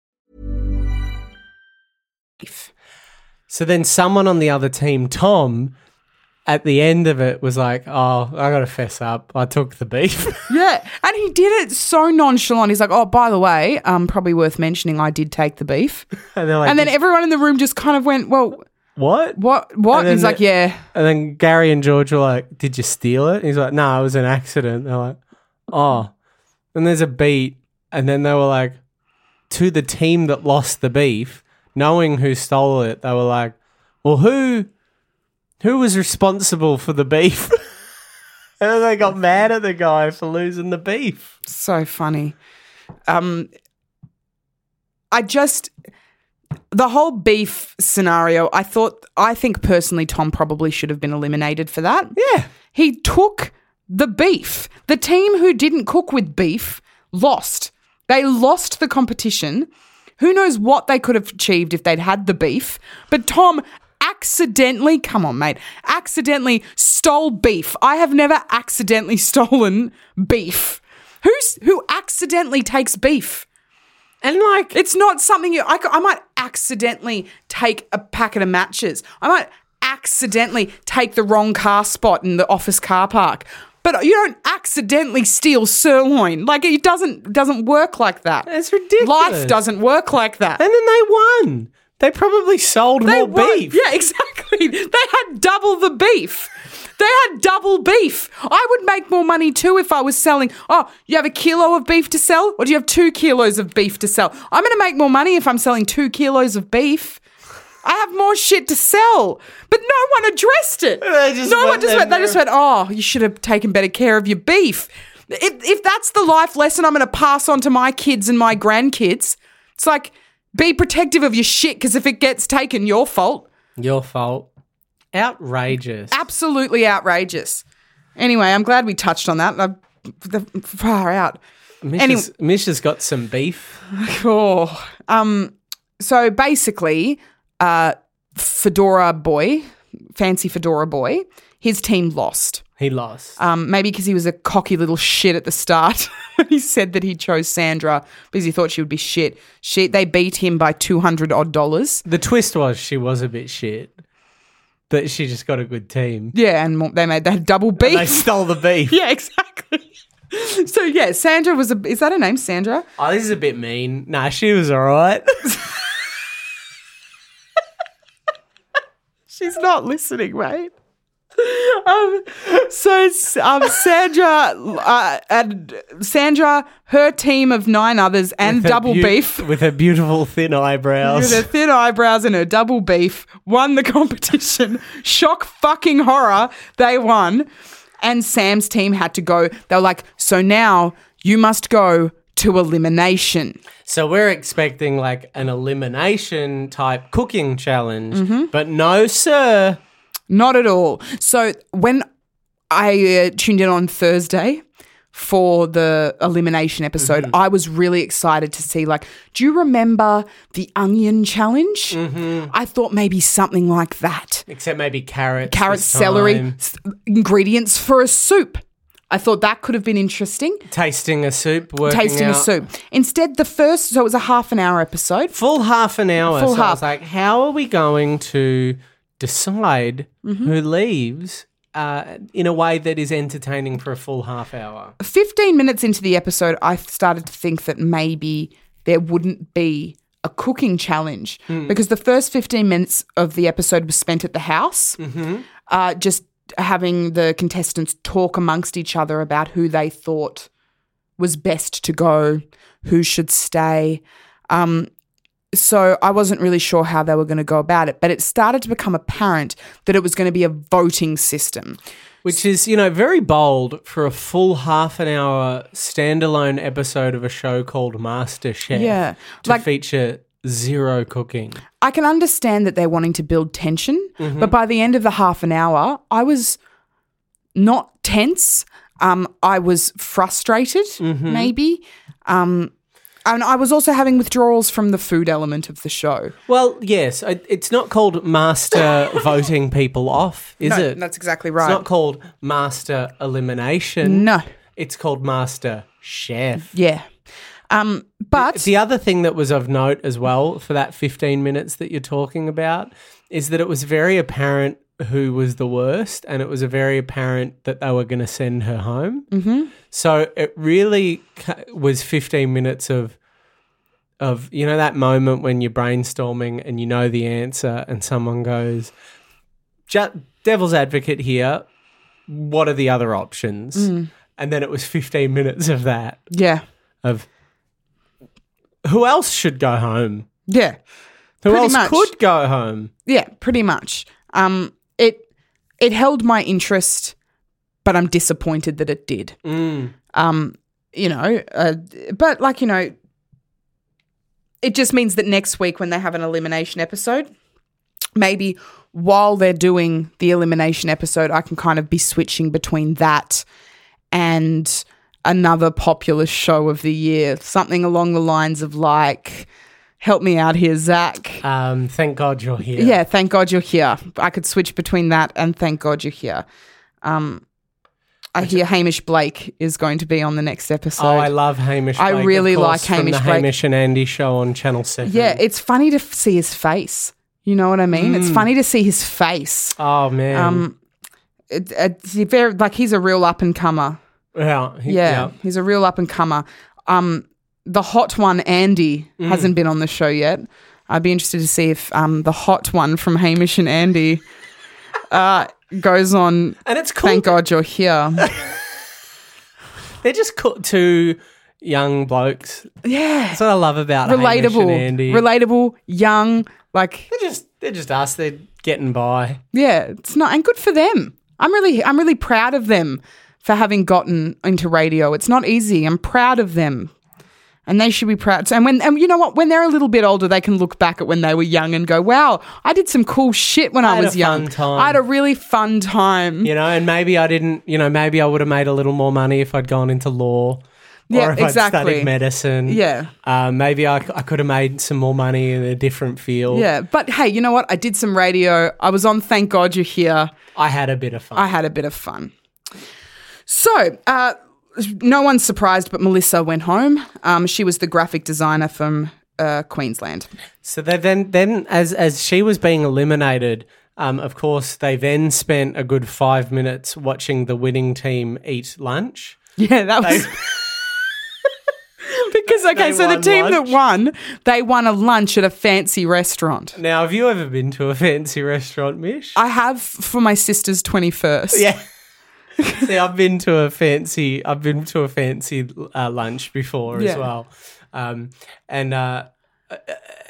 Speaker 2: so then someone on the other team, Tom, at the end of it was like, Oh, I gotta fess up. I took the beef.
Speaker 1: Yeah, and he did it so nonchalant. He's like, "Oh, by the way, um, probably worth mentioning, I did take the beef."
Speaker 2: and they're like
Speaker 1: And then everyone in the room just kind of went, "Well,
Speaker 2: What?
Speaker 1: what? What?"
Speaker 2: And then
Speaker 1: He's like,
Speaker 2: the-
Speaker 1: "Yeah,
Speaker 2: And then Gary and George were like, "Did you steal it?" And he's like, "No, it was an accident." They're like, "Oh." And there's a beat, and then they were like, to the team that lost the beef, knowing who stole it, they were like, "Well, who, who was responsible for the beef?" and then they got mad at the guy for losing the beef.
Speaker 1: so funny." Um, I just the whole beef scenario. I thought, I think personally, Tom probably should have been eliminated for that.
Speaker 2: Yeah,
Speaker 1: He took the beef. The team who didn't cook with beef lost. They lost the competition. Who knows what they could have achieved if they'd had the beef? But Tom accidentally, come on, mate, accidentally stole beef. I have never accidentally stolen beef. Who's who accidentally takes beef?
Speaker 2: and like
Speaker 1: It's not something you. I, c- I might accidentally take a packet of matches. I might accidentally take the wrong car spot in the office car park. But you don't accidentally steal sirloin. Like it doesn't doesn't work like that.
Speaker 2: That's ridiculous.
Speaker 1: Life doesn't work like that.
Speaker 2: and then they won. They probably sold
Speaker 1: They
Speaker 2: more
Speaker 1: won-
Speaker 2: beef.
Speaker 1: Yeah, exactly. They had double the beef. They had double beef. I would make more money too if I was selling. Oh, you have a kilo of beef to sell, or do you have two kilos of beef to sell? I'm going to make more money if I'm selling two kilos of beef. I have more shit to sell. But no one addressed it.
Speaker 2: They just
Speaker 1: no one
Speaker 2: went
Speaker 1: just
Speaker 2: their
Speaker 1: went, they just
Speaker 2: merry-
Speaker 1: went, oh, you should have taken better care of your beef. If, if that's the life lesson I'm going to pass on to my kids and my grandkids, it's like, be protective of your shit because if it gets taken, your fault.
Speaker 2: Your fault. Outrageous.
Speaker 1: Absolutely outrageous. Anyway, I'm glad we touched on that. I'm far out.
Speaker 2: Mish,
Speaker 1: Any-
Speaker 2: has, Mish has got some beef.
Speaker 1: Oh, um, so basically, uh, Fedora boy, fancy Fedora boy, his team lost.
Speaker 2: He lost.
Speaker 1: Um, maybe because he was a cocky little shit at the start. he said that he chose Sandra because he thought she would be shit. She, they beat him by two hundred odd dollars.
Speaker 2: the twist was she was a bit shit, but she just got a good team.
Speaker 1: Yeah, and mo- they made that double beat.
Speaker 2: They stole the beef.
Speaker 1: yeah, exactly. so yeah, Sandra was a. Is that her name, Sandra?
Speaker 2: Oh, this is a bit mean. Nah, she was all right.
Speaker 1: She's not listening, mate. Um, so um, Sandra uh, and Sandra, her team of nine others, and
Speaker 2: Her
Speaker 1: double
Speaker 2: beau-
Speaker 1: beef
Speaker 2: with her beautiful thin eyebrows.
Speaker 1: with her thin eyebrows and her double beef, won the competition. Shock fucking horror, they won. And Sam's team had to go. They were like, so now you must go to elimination.
Speaker 2: So we're expecting like an elimination type cooking challenge,
Speaker 1: Mm-hmm.
Speaker 2: but no, sir.
Speaker 1: Not at all. So when I uh, tuned in on Thursday for the elimination episode, I was really excited to see like, do you remember the onion challenge? I thought maybe something like that.
Speaker 2: Except maybe carrots,
Speaker 1: Carrot,
Speaker 2: this
Speaker 1: celery,
Speaker 2: time.
Speaker 1: s- ingredients for a soup. I thought that could have been interesting.
Speaker 2: tasting a soup, working
Speaker 1: Tasting a
Speaker 2: out-
Speaker 1: soup. Instead, the first, so it was a half an hour episode.
Speaker 2: full half an hour.
Speaker 1: Full
Speaker 2: so I
Speaker 1: half.
Speaker 2: was like, how are we going to decide
Speaker 1: Mm-hmm.
Speaker 2: who leaves uh, in a way that is entertaining for a full half hour?
Speaker 1: 15 minutes into the episode, I started to think that maybe there wouldn't be a cooking challenge because the first 15 minutes of the episode was spent at the house, uh, just having the contestants talk amongst each other about who they thought was best to go, who should stay. Um, so I wasn't really sure how they were going to go about it, but it started to become apparent that it was going to be a voting system.
Speaker 2: Which is, you know, very bold for a full half an hour standalone episode of a show called Master Chef.
Speaker 1: Yeah.
Speaker 2: To
Speaker 1: Like-
Speaker 2: feature zero cooking.
Speaker 1: I can understand that they're wanting to build tension,
Speaker 2: Mm-hmm.
Speaker 1: but by the end of the half an hour, I was not tense. Um, I was frustrated,
Speaker 2: Mm-hmm.
Speaker 1: maybe. Um, and I was also having withdrawals from the food element of the show.
Speaker 2: Well, yes, I- it's not called Master Voting People Off, is it?
Speaker 1: That's exactly
Speaker 2: It's
Speaker 1: right.
Speaker 2: not called Master Elimination.
Speaker 1: no.
Speaker 2: It's called Master Chef.
Speaker 1: Yeah. Um, but
Speaker 2: The other thing that was of note as well for that 15 minutes that you're talking about is that it was very apparent who was the worst and it was a very apparent that they were going to send her home. Mm-hmm. So it really ca- was 15 minutes of of you know that moment when you're brainstorming and you know the answer and someone goes Ju- devil's advocate here what are the other options? And then it was 15 minutes of that
Speaker 1: yeah.
Speaker 2: of who else should go home?
Speaker 1: Yeah.
Speaker 2: Who
Speaker 1: Pretty
Speaker 2: else
Speaker 1: much.
Speaker 2: could go home?
Speaker 1: Yeah, pretty much. Um, it it held my interest, but I'm disappointed that it did. Um, you know, uh, but like you know, it just means that next week when they have an elimination episode, maybe while they're doing the elimination episode, I can kind of be switching between that and another popular show of the year, something along the lines of like, "Help me out here, Zach."
Speaker 2: Um, thank God you're here.
Speaker 1: Yeah. thank God you're here. I could switch between that and thank God you're here. Um, I hear Hamish Blake is going to be on the next episode.
Speaker 2: Oh, I love Hamish.
Speaker 1: I
Speaker 2: Blake, of
Speaker 1: really
Speaker 2: course,
Speaker 1: like
Speaker 2: from
Speaker 1: Hamish
Speaker 2: the
Speaker 1: Blake.
Speaker 2: Hamish and Andy show on Channel Seven.
Speaker 1: yeah, it's funny to f- see his face. You know what I mean?
Speaker 2: Mm.
Speaker 1: It's funny to see his face.
Speaker 2: Oh man.
Speaker 1: Um, it, it's very like he's a real up and comer.
Speaker 2: yeah. he-
Speaker 1: Yeah, he's a real up and comer. Um, the hot one, Andy,
Speaker 2: Mm.
Speaker 1: hasn't been on the show yet. I'd be interested to see if um, the hot one from Hamish and Andy uh, goes on
Speaker 2: And it's cool.
Speaker 1: Thank God you're here.
Speaker 2: They're just co- two young blokes.
Speaker 1: yeah.
Speaker 2: That's what I love about Hamish and
Speaker 1: Relatable.
Speaker 2: Andy.
Speaker 1: Relatable, young, like
Speaker 2: They're just They're just us. They're getting by.
Speaker 1: Yeah, it's not, and good for them. I'm really, I'm really proud of them for having gotten into radio. It's not easy. I'm proud of them, and they should be proud. And when, and you know what, when they're a little bit older, they can look back at when they were young and go, "Wow, I did some cool shit when I,
Speaker 2: had a
Speaker 1: was young.
Speaker 2: fun time."
Speaker 1: I had a really fun time."
Speaker 2: You know, and maybe I didn't, you know, maybe I would have made a little more money if I'd gone into law or
Speaker 1: Yeah,
Speaker 2: if I'd
Speaker 1: exactly.
Speaker 2: studied medicine.
Speaker 1: Yeah.
Speaker 2: Uh, maybe I, I could have made some more money in a different field.
Speaker 1: Yeah, but hey, you know what? I did some radio. I was on Thank God You're Here.
Speaker 2: I had a bit of fun.
Speaker 1: I had a bit of fun. So, uh, no one's surprised, but Melissa went home. Um, she was the graphic designer from uh, Queensland.
Speaker 2: So they then, then as as she was being eliminated, um, of course, they then spent a good five minutes watching the winning team eat lunch.
Speaker 1: Yeah, that was. because, okay,
Speaker 2: They
Speaker 1: so the
Speaker 2: won
Speaker 1: team that
Speaker 2: lunch.
Speaker 1: won, they won a lunch at a fancy restaurant.
Speaker 2: Now, have you ever been to a fancy restaurant, Mish?
Speaker 1: I have for my sister's 21st.
Speaker 2: yeah. See, I've been to a fancy. I've been to a fancy uh, lunch before
Speaker 1: Yeah.
Speaker 2: as well, um, and uh,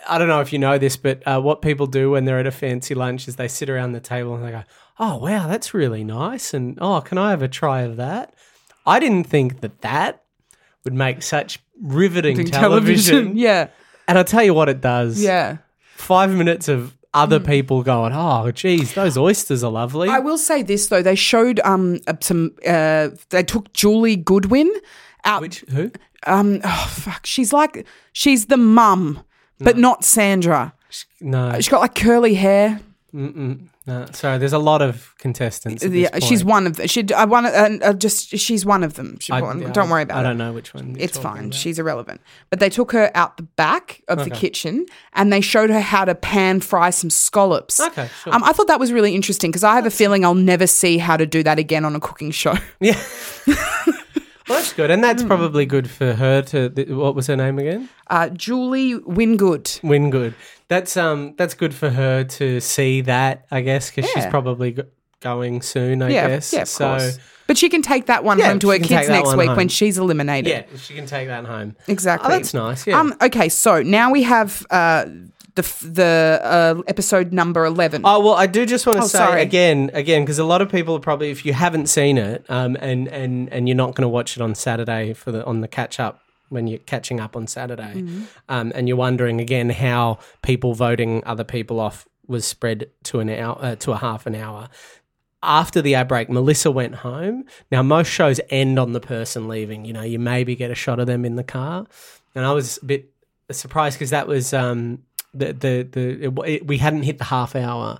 Speaker 2: I don't know if you know this, but uh, what people do when they're at a fancy lunch is they sit around the table and they go, "Oh wow, that's really nice," and "Oh, can I have a try of that?" I didn't think that that would make such riveting
Speaker 1: Doing
Speaker 2: television.
Speaker 1: television. Yeah.
Speaker 2: and I'll tell you what it does.
Speaker 1: Yeah. Mm.
Speaker 2: five minutes of other people going, "Oh, geez, those oysters are lovely."
Speaker 1: I will say this though, they showed um uh, some uh they took Julie Goodwin out
Speaker 2: Which who?
Speaker 1: um oh fuck she's like she's the mum but not Sandra.
Speaker 2: No,
Speaker 1: She's got like curly hair.
Speaker 2: Mm, No, sorry. There's a lot of contestants. At this
Speaker 1: Yeah,
Speaker 2: point.
Speaker 1: she's one of the, she I one of- and uh, just she's one of them. She,
Speaker 2: I-
Speaker 1: one-
Speaker 2: yeah,
Speaker 1: don't worry about
Speaker 2: I
Speaker 1: it.
Speaker 2: don't know which one. you're
Speaker 1: It's
Speaker 2: talking
Speaker 1: fine.
Speaker 2: about.
Speaker 1: She's irrelevant. But they took her out the back of the kitchen and they showed her how to pan fry some scallops.
Speaker 2: Okay, sure.
Speaker 1: Um, I thought that was really interesting because I have a feeling I'll never see how to do that again on a cooking show.
Speaker 2: Yeah. well, that's good, and
Speaker 1: Hmm.
Speaker 2: that's probably good for her to. th- What was her name again?
Speaker 1: Uh, Julie Wingood.
Speaker 2: Wingood. That's um. That's good for her to see that. I guess because she's
Speaker 1: Yeah.
Speaker 2: probably go- going soon. I
Speaker 1: yeah,
Speaker 2: guess.
Speaker 1: yeah, of
Speaker 2: so,
Speaker 1: course. But she can take that one
Speaker 2: Yeah,
Speaker 1: home to her
Speaker 2: she can take
Speaker 1: kids
Speaker 2: that
Speaker 1: next
Speaker 2: one
Speaker 1: week when
Speaker 2: home.
Speaker 1: she's eliminated.
Speaker 2: Yeah, she can take that home.
Speaker 1: exactly.
Speaker 2: Oh, that's nice. Yeah.
Speaker 1: Um, okay, so now we have uh, the f- the uh, episode number eleven.
Speaker 2: Oh well, I do just want to
Speaker 1: Oh,
Speaker 2: say
Speaker 1: sorry.
Speaker 2: again, again, because a lot of people are probably, if you haven't seen it, um, and and and you're not going to watch it on Saturday for the on the catch up when you're catching up on Saturday,
Speaker 1: Mm-hmm.
Speaker 2: um, and you're wondering again how people voting other people off was spread to an hour uh, to a half an hour. After the ad break, Melissa went home. Now most shows end on the person leaving. You know, you maybe get a shot of them in the car, and I was a bit surprised because that was um, the the the it, it, we hadn't hit the half hour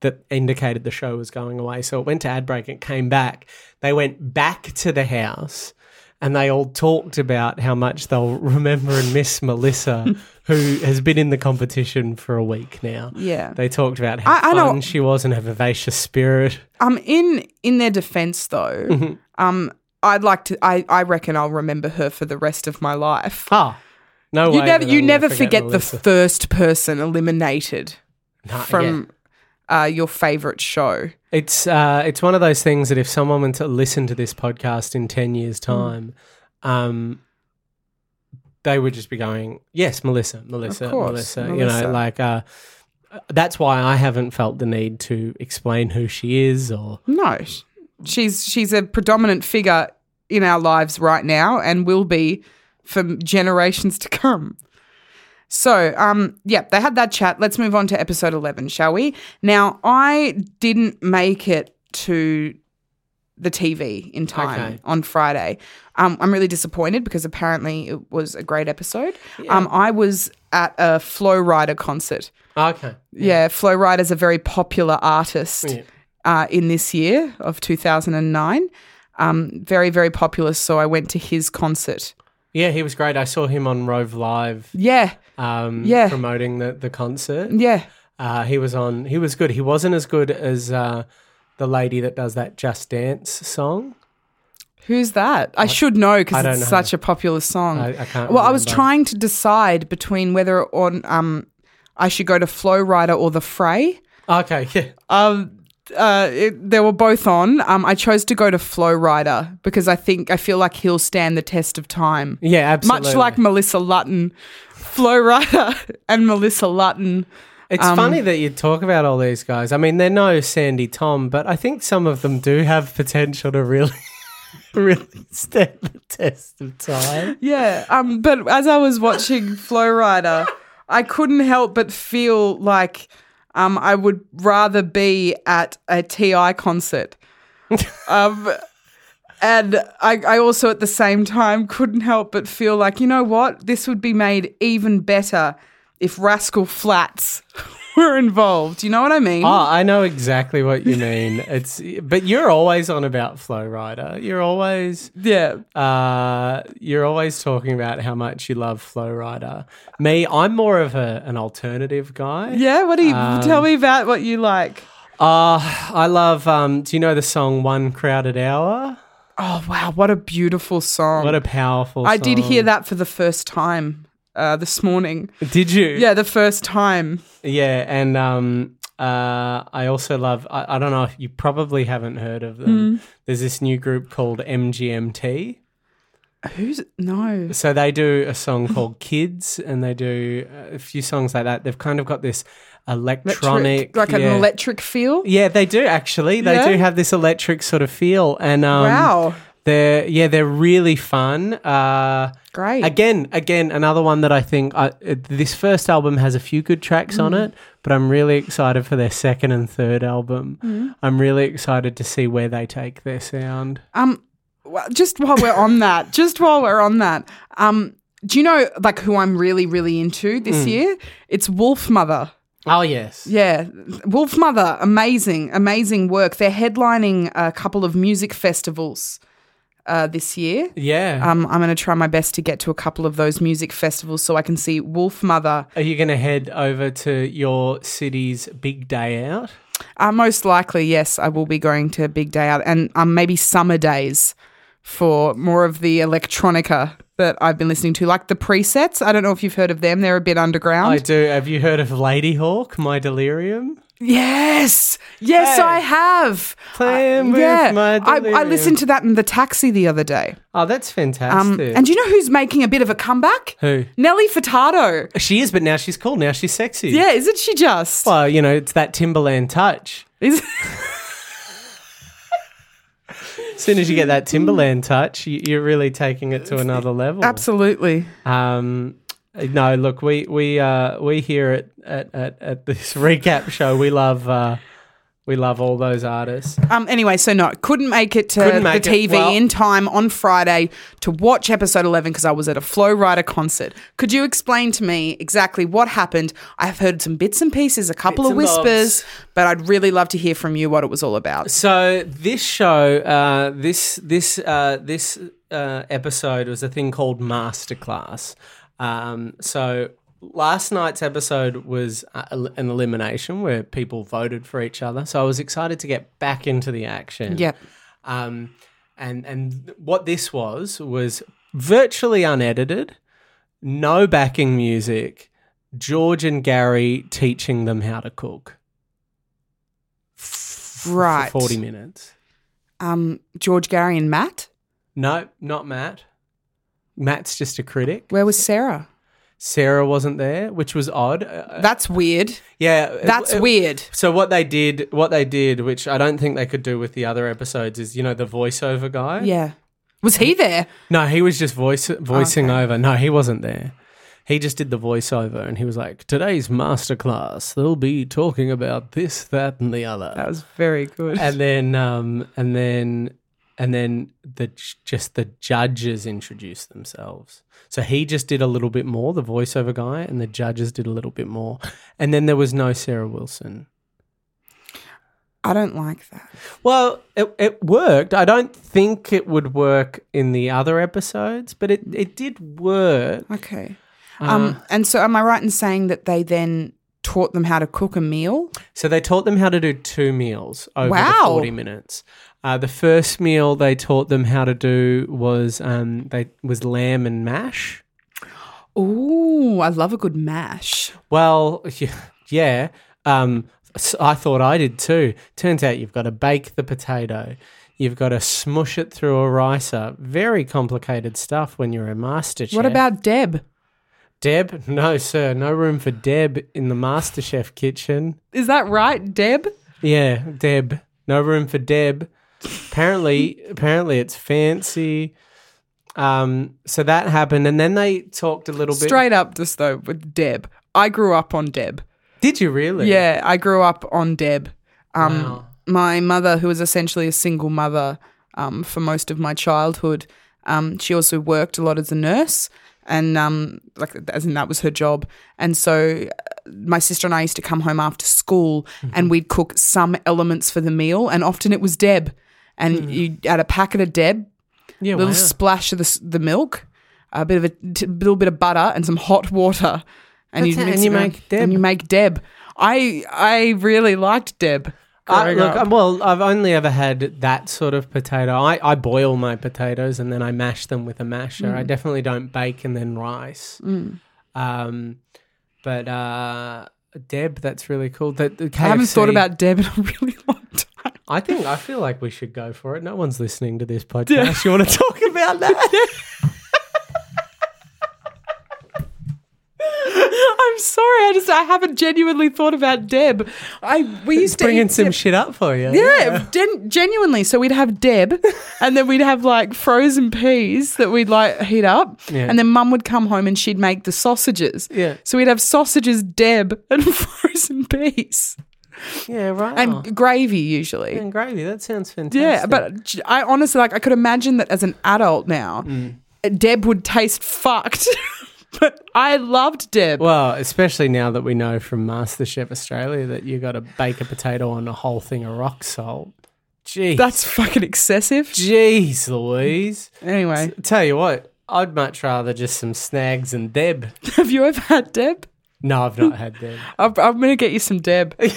Speaker 2: that indicated the show was going away. So it went to ad break. It came back. They went back to the house, and they all talked about how much they'll remember and miss Melissa, who has been in the competition for a week now.
Speaker 1: Yeah.
Speaker 2: they talked about how
Speaker 1: I- I know-
Speaker 2: fun she was and her vivacious spirit.
Speaker 1: Um, in in their defense, though,
Speaker 2: Mm-hmm.
Speaker 1: um, I'd like to. I, I reckon I'll remember her for the rest of my life.
Speaker 2: Ah, no
Speaker 1: you
Speaker 2: way
Speaker 1: never
Speaker 2: that I'm
Speaker 1: you
Speaker 2: gonna
Speaker 1: never forget, the
Speaker 2: Melissa.
Speaker 1: first person eliminated
Speaker 2: No, yeah.
Speaker 1: from uh, your favorite show.
Speaker 2: It's uh, it's one of those things that if someone were to listen to this podcast in ten years'
Speaker 1: Hmm.
Speaker 2: time, um, they would just be going, "Yes, Melissa, Melissa,
Speaker 1: course,
Speaker 2: Melissa." You
Speaker 1: Melissa.
Speaker 2: know, like uh, that's why I haven't felt the need to explain who she is or
Speaker 1: No, sh- she's she's a predominant figure in our lives right now and will be for generations to come. So, um, yeah, they had that chat. Let's move on to episode eleven, shall we? Now, I didn't make it to the TV in time
Speaker 2: Okay.
Speaker 1: on Friday. Um, I'm really disappointed because apparently it was a great episode. Um, I was at a Flow Rider concert.
Speaker 2: okay.
Speaker 1: Yeah, Flow Rider's a very popular artist uh, in this year of 2009. Um, very, very popular. So I went to his concert.
Speaker 2: Yeah, he was great. I saw him on Rove Live,
Speaker 1: Yeah,
Speaker 2: um,
Speaker 1: Yeah.
Speaker 2: promoting the the concert.
Speaker 1: yeah.
Speaker 2: Uh, he was on. He was good. He wasn't as good as uh, the lady that does that Just Dance song.
Speaker 1: Who's that? I should know
Speaker 2: I
Speaker 1: because
Speaker 2: don't
Speaker 1: it's
Speaker 2: know.
Speaker 1: such a popular song.
Speaker 2: I- I can't
Speaker 1: Well, I was
Speaker 2: remember.
Speaker 1: trying to decide between whether on um, I should go to Flow Rider or The Fray.
Speaker 2: Okay, yeah.
Speaker 1: Um, uh, it, they were both on. Um, I chose to go to Flow Rider because I think I feel like he'll stand the test of time.
Speaker 2: Yeah, absolutely.
Speaker 1: Much like Melissa Lutton, Flo Rida and Melissa Lutton
Speaker 2: It's funny that you talk about all these guys. I mean, they're no Sandy Tom, but I think some of them do have potential to really, really stand the test of time.
Speaker 1: Yeah. Um, but as I was watching Flow Rider, I couldn't help but feel like um, I would rather be at a TI concert. Um, and I, I also at the same time couldn't help but feel like, you know what? This would be made even better if Rascal Flats were involved. You know what I mean?
Speaker 2: Oh, I know exactly what you mean. It's but you're always on about Flow Rider. You're always
Speaker 1: yeah.
Speaker 2: uh, you're always talking about how much you love Flow Rider. Me, I'm more of a, an alternative guy.
Speaker 1: Yeah. What do you
Speaker 2: Um,
Speaker 1: tell me about what you like?
Speaker 2: Uh, I love. Um, do you know the song One Crowded Hour?
Speaker 1: Oh, wow. What a beautiful song.
Speaker 2: What a powerful.
Speaker 1: I did
Speaker 2: song.
Speaker 1: hear that for the first time uh, this morning.
Speaker 2: Did you?
Speaker 1: Yeah, the first time.
Speaker 2: Yeah, and um, uh, I also love. I, I don't know if you probably haven't heard of them.
Speaker 1: Mm.
Speaker 2: There's this new group called MGMT.
Speaker 1: Who's no?
Speaker 2: So they do a song called Kids, and they do a few songs like that. They've kind of got this electronic,
Speaker 1: Electric, like an
Speaker 2: yeah.
Speaker 1: electric feel.
Speaker 2: Yeah, they do actually. They
Speaker 1: Yeah?
Speaker 2: do have this electric sort of feel, and um,
Speaker 1: Wow.
Speaker 2: they're yeah, they're really fun. Uh,
Speaker 1: Great.
Speaker 2: Again, again, another one that I think I, uh, this first album has a few good tracks on
Speaker 1: Mm.
Speaker 2: it, but I'm really excited for their second and third album.
Speaker 1: Mm.
Speaker 2: I'm really excited to see where they take their sound.
Speaker 1: Um, well, just while we're on that, just while we're on that, um, do you know like who I'm really really into this
Speaker 2: Mm.
Speaker 1: year? It's Wolf Mother.
Speaker 2: Oh yes,
Speaker 1: Yeah, Wolf Mother, amazing, amazing work. They're headlining a couple of music festivals uh, this year.
Speaker 2: yeah.
Speaker 1: Um, I'm going to try my best to get to a couple of those music festivals so I can see Wolf Mother.
Speaker 2: Are you going to head over to your city's big day out?
Speaker 1: Uh, most likely, yes, I will be going to Big Day Out and um, maybe Summer Days for more of the electronica that I've been listening to, like the presets. I don't know if you've heard of them, they're a bit underground.
Speaker 2: I do. Have you heard of Lady Hawk? My Delirium.
Speaker 1: yes, yes,
Speaker 2: Hey.
Speaker 1: I have.
Speaker 2: Playing with
Speaker 1: Uh, yeah,
Speaker 2: my
Speaker 1: I, I
Speaker 2: delirium.
Speaker 1: listened to that in the taxi the other day.
Speaker 2: Oh, that's
Speaker 1: Um,
Speaker 2: fantastic.
Speaker 1: and do you know who's making a bit of a comeback?
Speaker 2: Who?
Speaker 1: Nelly Furtado.
Speaker 2: she is, but now she's cool. Now she's sexy.
Speaker 1: Yeah, isn't she just?
Speaker 2: Well, you know, it's that Timberland touch.
Speaker 1: Is-
Speaker 2: As soon as you get that Timberland touch, you, you're really taking it to another level.
Speaker 1: Absolutely.
Speaker 2: Um, no, look, we we uh, we here at, at, at, at this recap show, we love uh, we love all those artists.
Speaker 1: Um, anyway, so no, couldn't make it to
Speaker 2: Couldn't make
Speaker 1: the TV
Speaker 2: it. Well-
Speaker 1: in time on Friday to watch episode 11 because I was at a Flow Rider concert. Could you explain to me exactly what happened? I've heard some bits and pieces, a couple
Speaker 2: Bits
Speaker 1: of
Speaker 2: and bobs.
Speaker 1: whispers, but I'd really love to hear from you what it was all about.
Speaker 2: So this show, uh, this this uh, this uh, episode was a thing called Masterclass. Um, so last night's episode was uh, el- an elimination where people voted for each other. So I was excited to get back into the action.
Speaker 1: Yep.
Speaker 2: Um, and and what this was was virtually unedited, no backing music. George and Gary teaching them how to cook.
Speaker 1: Right.
Speaker 2: For 40 minutes.
Speaker 1: Um, George, Gary, and Matt?
Speaker 2: No, not Matt. Matt's just a critic.
Speaker 1: Where was Sarah?
Speaker 2: Sarah wasn't there, which was odd. Uh,
Speaker 1: That's weird.
Speaker 2: yeah, it-
Speaker 1: That's
Speaker 2: it-
Speaker 1: weird.
Speaker 2: So what they did, what they did, which I don't think they could do with the other episodes, is you know the voiceover guy.
Speaker 1: Yeah. Was he there?
Speaker 2: No, he was just voice voicing over. No, he wasn't there. He just did the voiceover, and he was like, "Today's masterclass, they'll be talking about this, that, and the other."
Speaker 1: was very good.
Speaker 2: and then um and then and then the j- just the judges introduced themselves so he just did a little bit more the voiceover guy and the judges did a little bit more and then there was no sarah wilson
Speaker 1: I don't like that.
Speaker 2: well it, it worked i don't think it would work in the other episodes but it, it did work
Speaker 1: Okay. Um, and so am I right in saying that they then taught them how to cook a meal?
Speaker 2: So they taught them how to do two meals over
Speaker 1: Wow.
Speaker 2: the 40 minutes. Uh, the first meal they taught them how to do was um, they was lamb and mash.
Speaker 1: Ooh, I love a good mash.
Speaker 2: Well, yeah. Um, s- I thought I did too. Turns out you've got to bake the potato. You've got to smush it through a ricer. Very complicated stuff when you're a master chef.
Speaker 1: What about Deb?
Speaker 2: Deb? No, sir. No room for Deb in the MasterChef kitchen.
Speaker 1: Is that right, Deb?
Speaker 2: Yeah, Deb. No room for Deb. Apparently, apparently it's fancy. Um, so that happened, and then they talked a little bit.
Speaker 1: Straight up, just though, with Deb. I grew up on Deb.
Speaker 2: Did you really?
Speaker 1: Yeah, I grew up on Deb. Um, My mother, who was essentially a single mother um, for most of my childhood, um, she also worked a lot as a nurse, and um, like as in that was her job. And so uh, my sister and I used to come home after school, and we'd cook some elements for the meal, and often it was Deb. And you add a packet of Deb,
Speaker 2: yeah.
Speaker 1: little
Speaker 2: Oh, wow.
Speaker 1: splash of the, s- the milk, a bit of a t- little bit of butter, and some hot water, and
Speaker 2: That's it, and
Speaker 1: it
Speaker 2: you
Speaker 1: around,
Speaker 2: make deb.
Speaker 1: And you make deb. I I really liked deb.
Speaker 2: I,
Speaker 1: growing
Speaker 2: look,
Speaker 1: up.
Speaker 2: well, I've only ever had that sort of potato. I, I boil my potatoes and then I mash them with a masher.
Speaker 1: Mm.
Speaker 2: I definitely don't bake and then rice. Um, but uh, Deb, that's really cool. That the
Speaker 1: I haven't thought
Speaker 2: KFC
Speaker 1: about deb in a really long time.
Speaker 2: I think I feel like we should go for it. No one's listening to this podcast. You want to talk about that?
Speaker 1: I'm sorry, I just I haven't genuinely thought about deb. I we used to
Speaker 2: Bringing
Speaker 1: eat
Speaker 2: some
Speaker 1: Deb-
Speaker 2: shit up for you.
Speaker 1: Yeah, gen- genuinely. So we'd have Deb, and then we'd have like frozen peas that we'd like heat up,
Speaker 2: Yeah.
Speaker 1: and then Mum would come home and she'd make the sausages.
Speaker 2: Yeah.
Speaker 1: So we'd have sausages, Deb, and frozen peas,
Speaker 2: Yeah, right.
Speaker 1: and
Speaker 2: And,
Speaker 1: gravy usually.
Speaker 2: gravy. That sounds fantastic.
Speaker 1: yeah, but j- I honestly like I could imagine that as an adult now,
Speaker 2: Mm.
Speaker 1: Deb would taste fucked. but I loved Deb.
Speaker 2: Well, especially now that we know from MasterChef Australia that you got to bake a potato on a whole thing of rock salt. Jeez.
Speaker 1: That's fucking excessive.
Speaker 2: Jeez, Louise.
Speaker 1: Anyway,
Speaker 2: Tell you what, I'd much rather just some snags and Deb.
Speaker 1: have you ever had Deb?
Speaker 2: No, I've not had Deb.
Speaker 1: I'm, I'm going to get you some Deb. you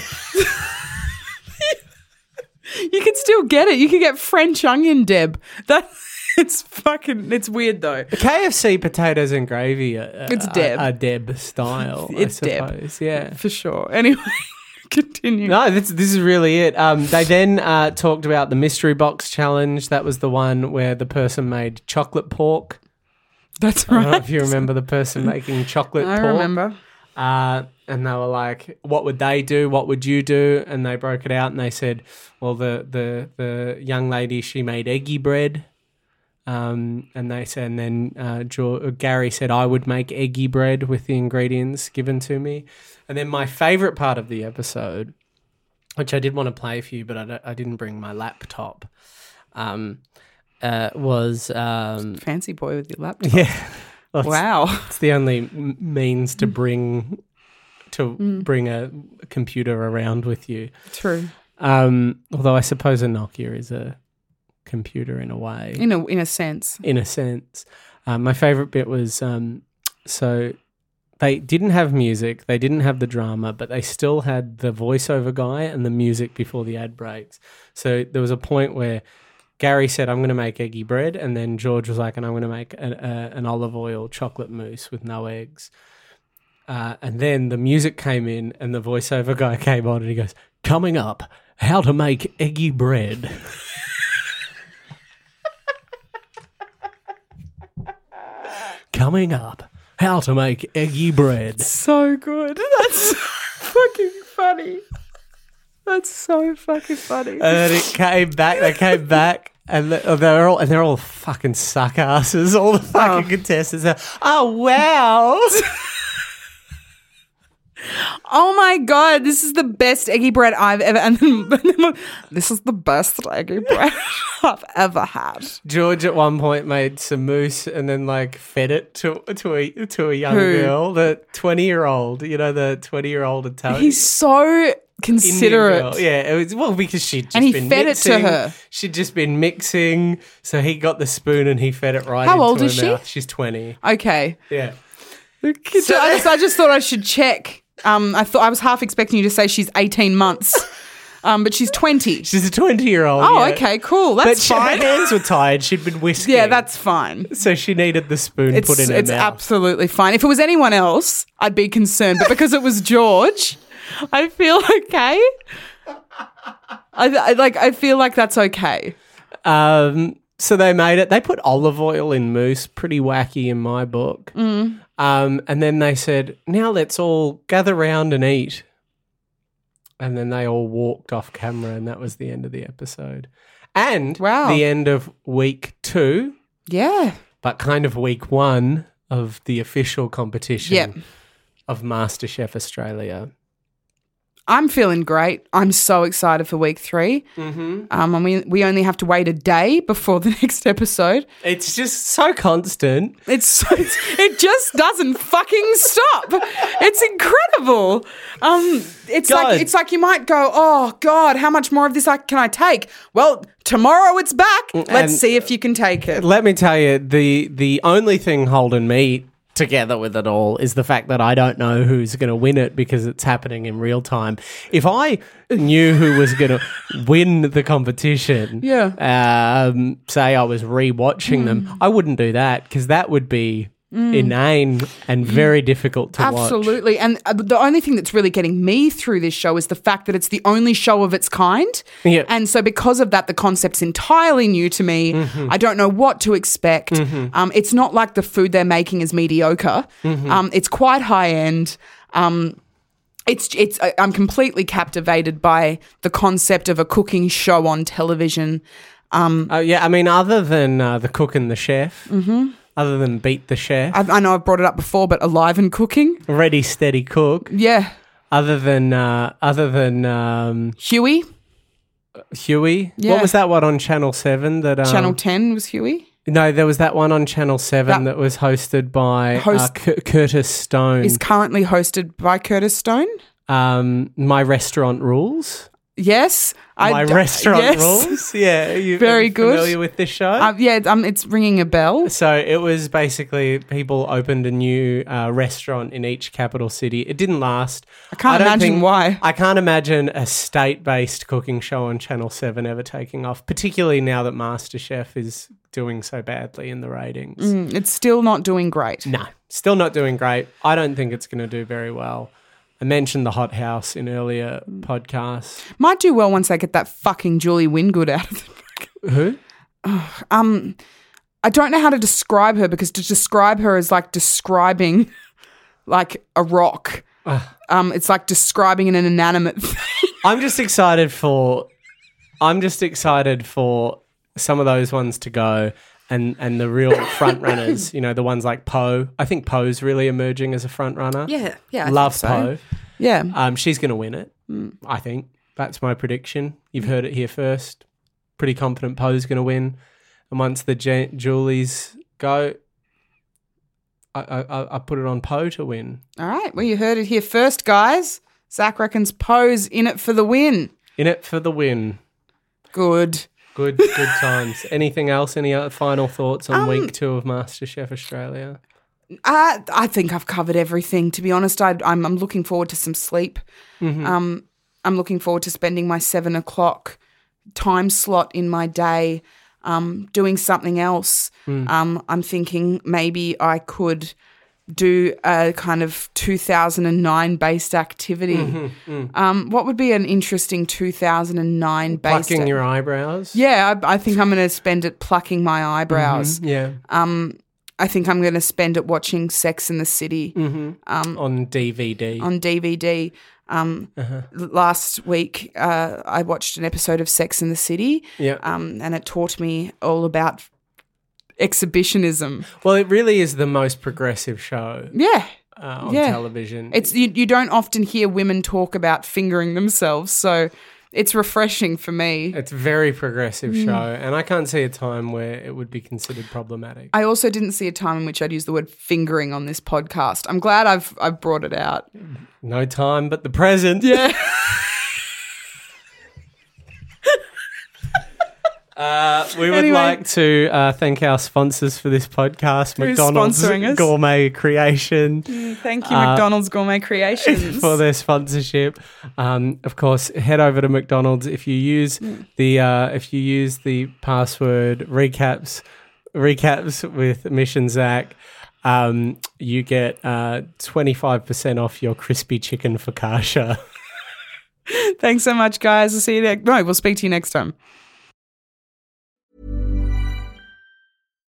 Speaker 1: can still get it. You can get French onion Deb. That it's fucking it's weird though.
Speaker 2: KFC potatoes and gravy are, are,
Speaker 1: It's Deb.
Speaker 2: are, Deb style.
Speaker 1: It's
Speaker 2: I
Speaker 1: Deb.
Speaker 2: suppose. Yeah.
Speaker 1: For sure. Anyway, continue.
Speaker 2: No, this, this is really it. Um, they then uh, talked about the mystery box challenge. That was the one where the person made chocolate pork.
Speaker 1: That's
Speaker 2: I don't know
Speaker 1: right.
Speaker 2: if you remember the person making chocolate
Speaker 1: I
Speaker 2: pork.
Speaker 1: remember.
Speaker 2: Uh, and they were like, "What would they do? What would you do?" And they broke it out and they said, "Well, the the the young lady she made eggy bread." Um, and they said, and then uh, Jo- Gary said, "I would make eggy bread with the ingredients given to me." And then my favorite part of the episode, which I did want to play for you, but I, don't- I didn't bring my laptop, um, uh, was um,
Speaker 1: Fancy boy with your laptop.
Speaker 2: yeah, Well, it's-
Speaker 1: Wow.
Speaker 2: it's the only m- means to bring to bring a computer around with you.
Speaker 1: True.
Speaker 2: Um, although I suppose a Nokia is a computer in a way,
Speaker 1: In a in a sense.
Speaker 2: in a sense. Um, my favorite bit was um, so they didn't have music, they didn't have the drama, but they still had the voiceover guy and the music before the ad breaks. So there was a point where Gary said, "I'm going to make eggy bread," and then George was like, "And I'm going to make an, a, an olive oil chocolate mousse with no eggs." Uh, and then the music came in, and the voiceover guy came on, and he goes, "Coming up, how to make eggy bread." Coming up, how to make eggy bread.
Speaker 1: So good. That's fucking funny. Uh, That's so fucking funny.
Speaker 2: And then it came back. They came back, and th- they're all and they're all fucking suck asses. All the fucking contestants. Are, oh wow!
Speaker 1: Oh my god, this is the best eggy bread I've ever. And then, this is the best eggy bread I've ever had.
Speaker 2: George at one point made some mousse and then like fed it to to a to a young
Speaker 1: Who?
Speaker 2: girl, the twenty year old. You know, the twenty year old Italian.
Speaker 1: He's so
Speaker 2: Indian girl.
Speaker 1: considerate.
Speaker 2: Yeah, it was well because she'd just
Speaker 1: And he
Speaker 2: been
Speaker 1: fed it to
Speaker 2: mixing.
Speaker 1: her.
Speaker 2: She'd just been mixing, so he got the spoon and he fed it right.
Speaker 1: How
Speaker 2: into
Speaker 1: old
Speaker 2: her
Speaker 1: is she?
Speaker 2: mouth. She's twenty.
Speaker 1: Okay.
Speaker 2: Yeah.
Speaker 1: So I just, I just thought I should check. Um, I thought I was half expecting you to say she's eighteen months, um, but she's twenty.
Speaker 2: She's a twenty-year-old.
Speaker 1: Oh, okay, cool.
Speaker 2: But
Speaker 1: That's
Speaker 2: she, her
Speaker 1: fine.
Speaker 2: hands were tied. She'd been whisking.
Speaker 1: Yeah, that's fine.
Speaker 2: so she needed the spoon
Speaker 1: It's
Speaker 2: put in her
Speaker 1: it's
Speaker 2: mouth.
Speaker 1: absolutely fine. If it was anyone else, I'd be concerned, but because it was George, I feel okay. I, I like I feel like that's okay.
Speaker 2: um, So they made it. They put olive oil in mousse, pretty wacky in my book.
Speaker 1: Mm.
Speaker 2: Um, and then they said, now let's all gather round and eat. And then they all walked off camera, and that was the end of the episode. And
Speaker 1: Wow.
Speaker 2: the end of week two,
Speaker 1: Yeah.
Speaker 2: but kind of week one of the official competition
Speaker 1: Yep.
Speaker 2: of MasterChef Australia.
Speaker 1: I'm feeling great. I'm so excited for week 3 Mm-hmm. Um, and we, we only have to wait a day before the next episode.
Speaker 2: It's just so constant.
Speaker 1: It's, so- it's it just doesn't fucking stop. It's incredible. Um, it's
Speaker 2: God.
Speaker 1: like it's like you might go, oh god, how much more of this I, can I take? Well, tomorrow it's back. Let's
Speaker 2: And-
Speaker 1: see if you can take it.
Speaker 2: Let me tell you, the the only thing holding me together with it all is the fact that I don't know who's going to win it because it's happening in real time. If I knew who was going to win the competition, yeah, um, say I was rewatching them, I wouldn't do that because that would be inane and very difficult to watch.
Speaker 1: Absolutely. And uh, the only thing that's really getting me through this show is the fact that it's the only show of its kind.
Speaker 2: Yeah.
Speaker 1: And so, because of that, the concept's entirely new to me.
Speaker 2: Mm-hmm.
Speaker 1: I don't know what to expect. Um, it's not like the food they're making is mediocre,
Speaker 2: Mm-hmm.
Speaker 1: um, it's quite high end. Um, it's it's I- I'm completely captivated by the concept of a cooking show on television.
Speaker 2: Oh yeah, I mean, other than uh, the cook and the chef, other than beat the chef,
Speaker 1: I, I know I've brought it up before, but alive and cooking,
Speaker 2: ready steady cook.
Speaker 1: yeah.
Speaker 2: Other than uh, other than um,
Speaker 1: Huey,
Speaker 2: Huey.
Speaker 1: Yeah.
Speaker 2: What was that one on Channel Seven? That um,
Speaker 1: Channel Ten was Huey.
Speaker 2: No, there was that one on Channel Seven that,
Speaker 1: That-
Speaker 2: was hosted by
Speaker 1: Host-
Speaker 2: uh, Cur- Curtis Stone.
Speaker 1: Is currently hosted by Curtis Stone.
Speaker 2: um, My restaurant rules.
Speaker 1: Yes,
Speaker 2: My
Speaker 1: d-
Speaker 2: restaurant
Speaker 1: yes.
Speaker 2: rules. Yeah, you
Speaker 1: Very
Speaker 2: are you
Speaker 1: good.
Speaker 2: Familiar with this show?
Speaker 1: Uh, yeah, um, it's ringing a bell.
Speaker 2: so it was basically people opened a new uh, restaurant in each capital city. It didn't last. I
Speaker 1: can't
Speaker 2: don't
Speaker 1: imagine why.
Speaker 2: I can't imagine a state-based cooking show on Channel Seven ever taking off, particularly now that MasterChef is doing so badly in the ratings.
Speaker 1: Mm, It's still not doing great.
Speaker 2: No, still not doing great. I don't think it's going to do very well. I mentioned the hot house in earlier
Speaker 1: Mm.
Speaker 2: podcasts.
Speaker 1: Might do well once they get that fucking Julie Wingood out of the
Speaker 2: Who?
Speaker 1: Um, I don't know how to describe her because to describe her is like describing like a rock.
Speaker 2: Ah.
Speaker 1: Um, it's like describing an inanimate thing.
Speaker 2: I'm just excited for. I'm just excited for some of those ones to go, and and the real front runners. You know, the ones like Poe. I think Poe's really emerging as a front runner.
Speaker 1: Yeah, yeah, I
Speaker 2: love
Speaker 1: think so. Mm.
Speaker 2: Poe.
Speaker 1: Yeah.
Speaker 2: Um, she's going to win it. I think that's my prediction. You've heard it here first. Pretty confident Poe's going to win, and once the J- Julies go, I, I I- I put it on Poe to win.
Speaker 1: All right. Well, you heard it here first, guys. Zach reckons Poe's in it for the win.
Speaker 2: In it for the win.
Speaker 1: Good.
Speaker 2: Good good times. Anything else? Any other final thoughts on
Speaker 1: Um,
Speaker 2: week two of MasterChef Australia?
Speaker 1: Uh, I think I've covered everything. To be honest, I, I'm, I'm looking forward to some sleep.
Speaker 2: Mm-hmm.
Speaker 1: Um, I'm looking forward to spending my seven o'clock time slot in my day um, doing something else.
Speaker 2: Mm.
Speaker 1: Um, I'm thinking maybe I could do a kind of 2009 based activity.
Speaker 2: Mm-hmm. Mm.
Speaker 1: Um, what would be an interesting 2009 based?
Speaker 2: Plucking your eyebrows.
Speaker 1: yeah, I, I think I'm going to spend it plucking my eyebrows.
Speaker 2: Yeah.
Speaker 1: I think I'm going to spend it watching Sex in the City.
Speaker 2: on DVD.
Speaker 1: Um, on DVD. Um, l- Last week, uh, I watched an episode of Sex in the City,
Speaker 2: yeah.
Speaker 1: um, and it taught me all about exhibitionism.
Speaker 2: well, it really is the most progressive show
Speaker 1: Yeah,
Speaker 2: uh, on
Speaker 1: yeah.
Speaker 2: television.
Speaker 1: it's you, you don't often hear women talk about fingering themselves, so it's refreshing for me.
Speaker 2: It's a very progressive
Speaker 1: Mm.
Speaker 2: show, and I can't see a time where it would be considered problematic.
Speaker 1: I also didn't see a time in which I'd use the word fingering on this podcast. I'm glad I've I've brought it out.
Speaker 2: No time but the present.
Speaker 1: Yeah.
Speaker 2: Uh, we would
Speaker 1: Anyway.
Speaker 2: like to uh, thank our sponsors for this podcast,
Speaker 1: Who's
Speaker 2: McDonald's
Speaker 1: sponsoring us?
Speaker 2: Gourmet Creation.
Speaker 1: Thank you, McDonald's Gourmet Creations.
Speaker 2: for their sponsorship. Um, of course, head over to McDonald's if you use
Speaker 1: Mm.
Speaker 2: the uh, if you use the password recaps recaps with Mission Zach. Um, you get twenty five percent off your crispy chicken focaccia.
Speaker 1: Thanks so much, guys. We'll see you next. No, we'll speak to you next time.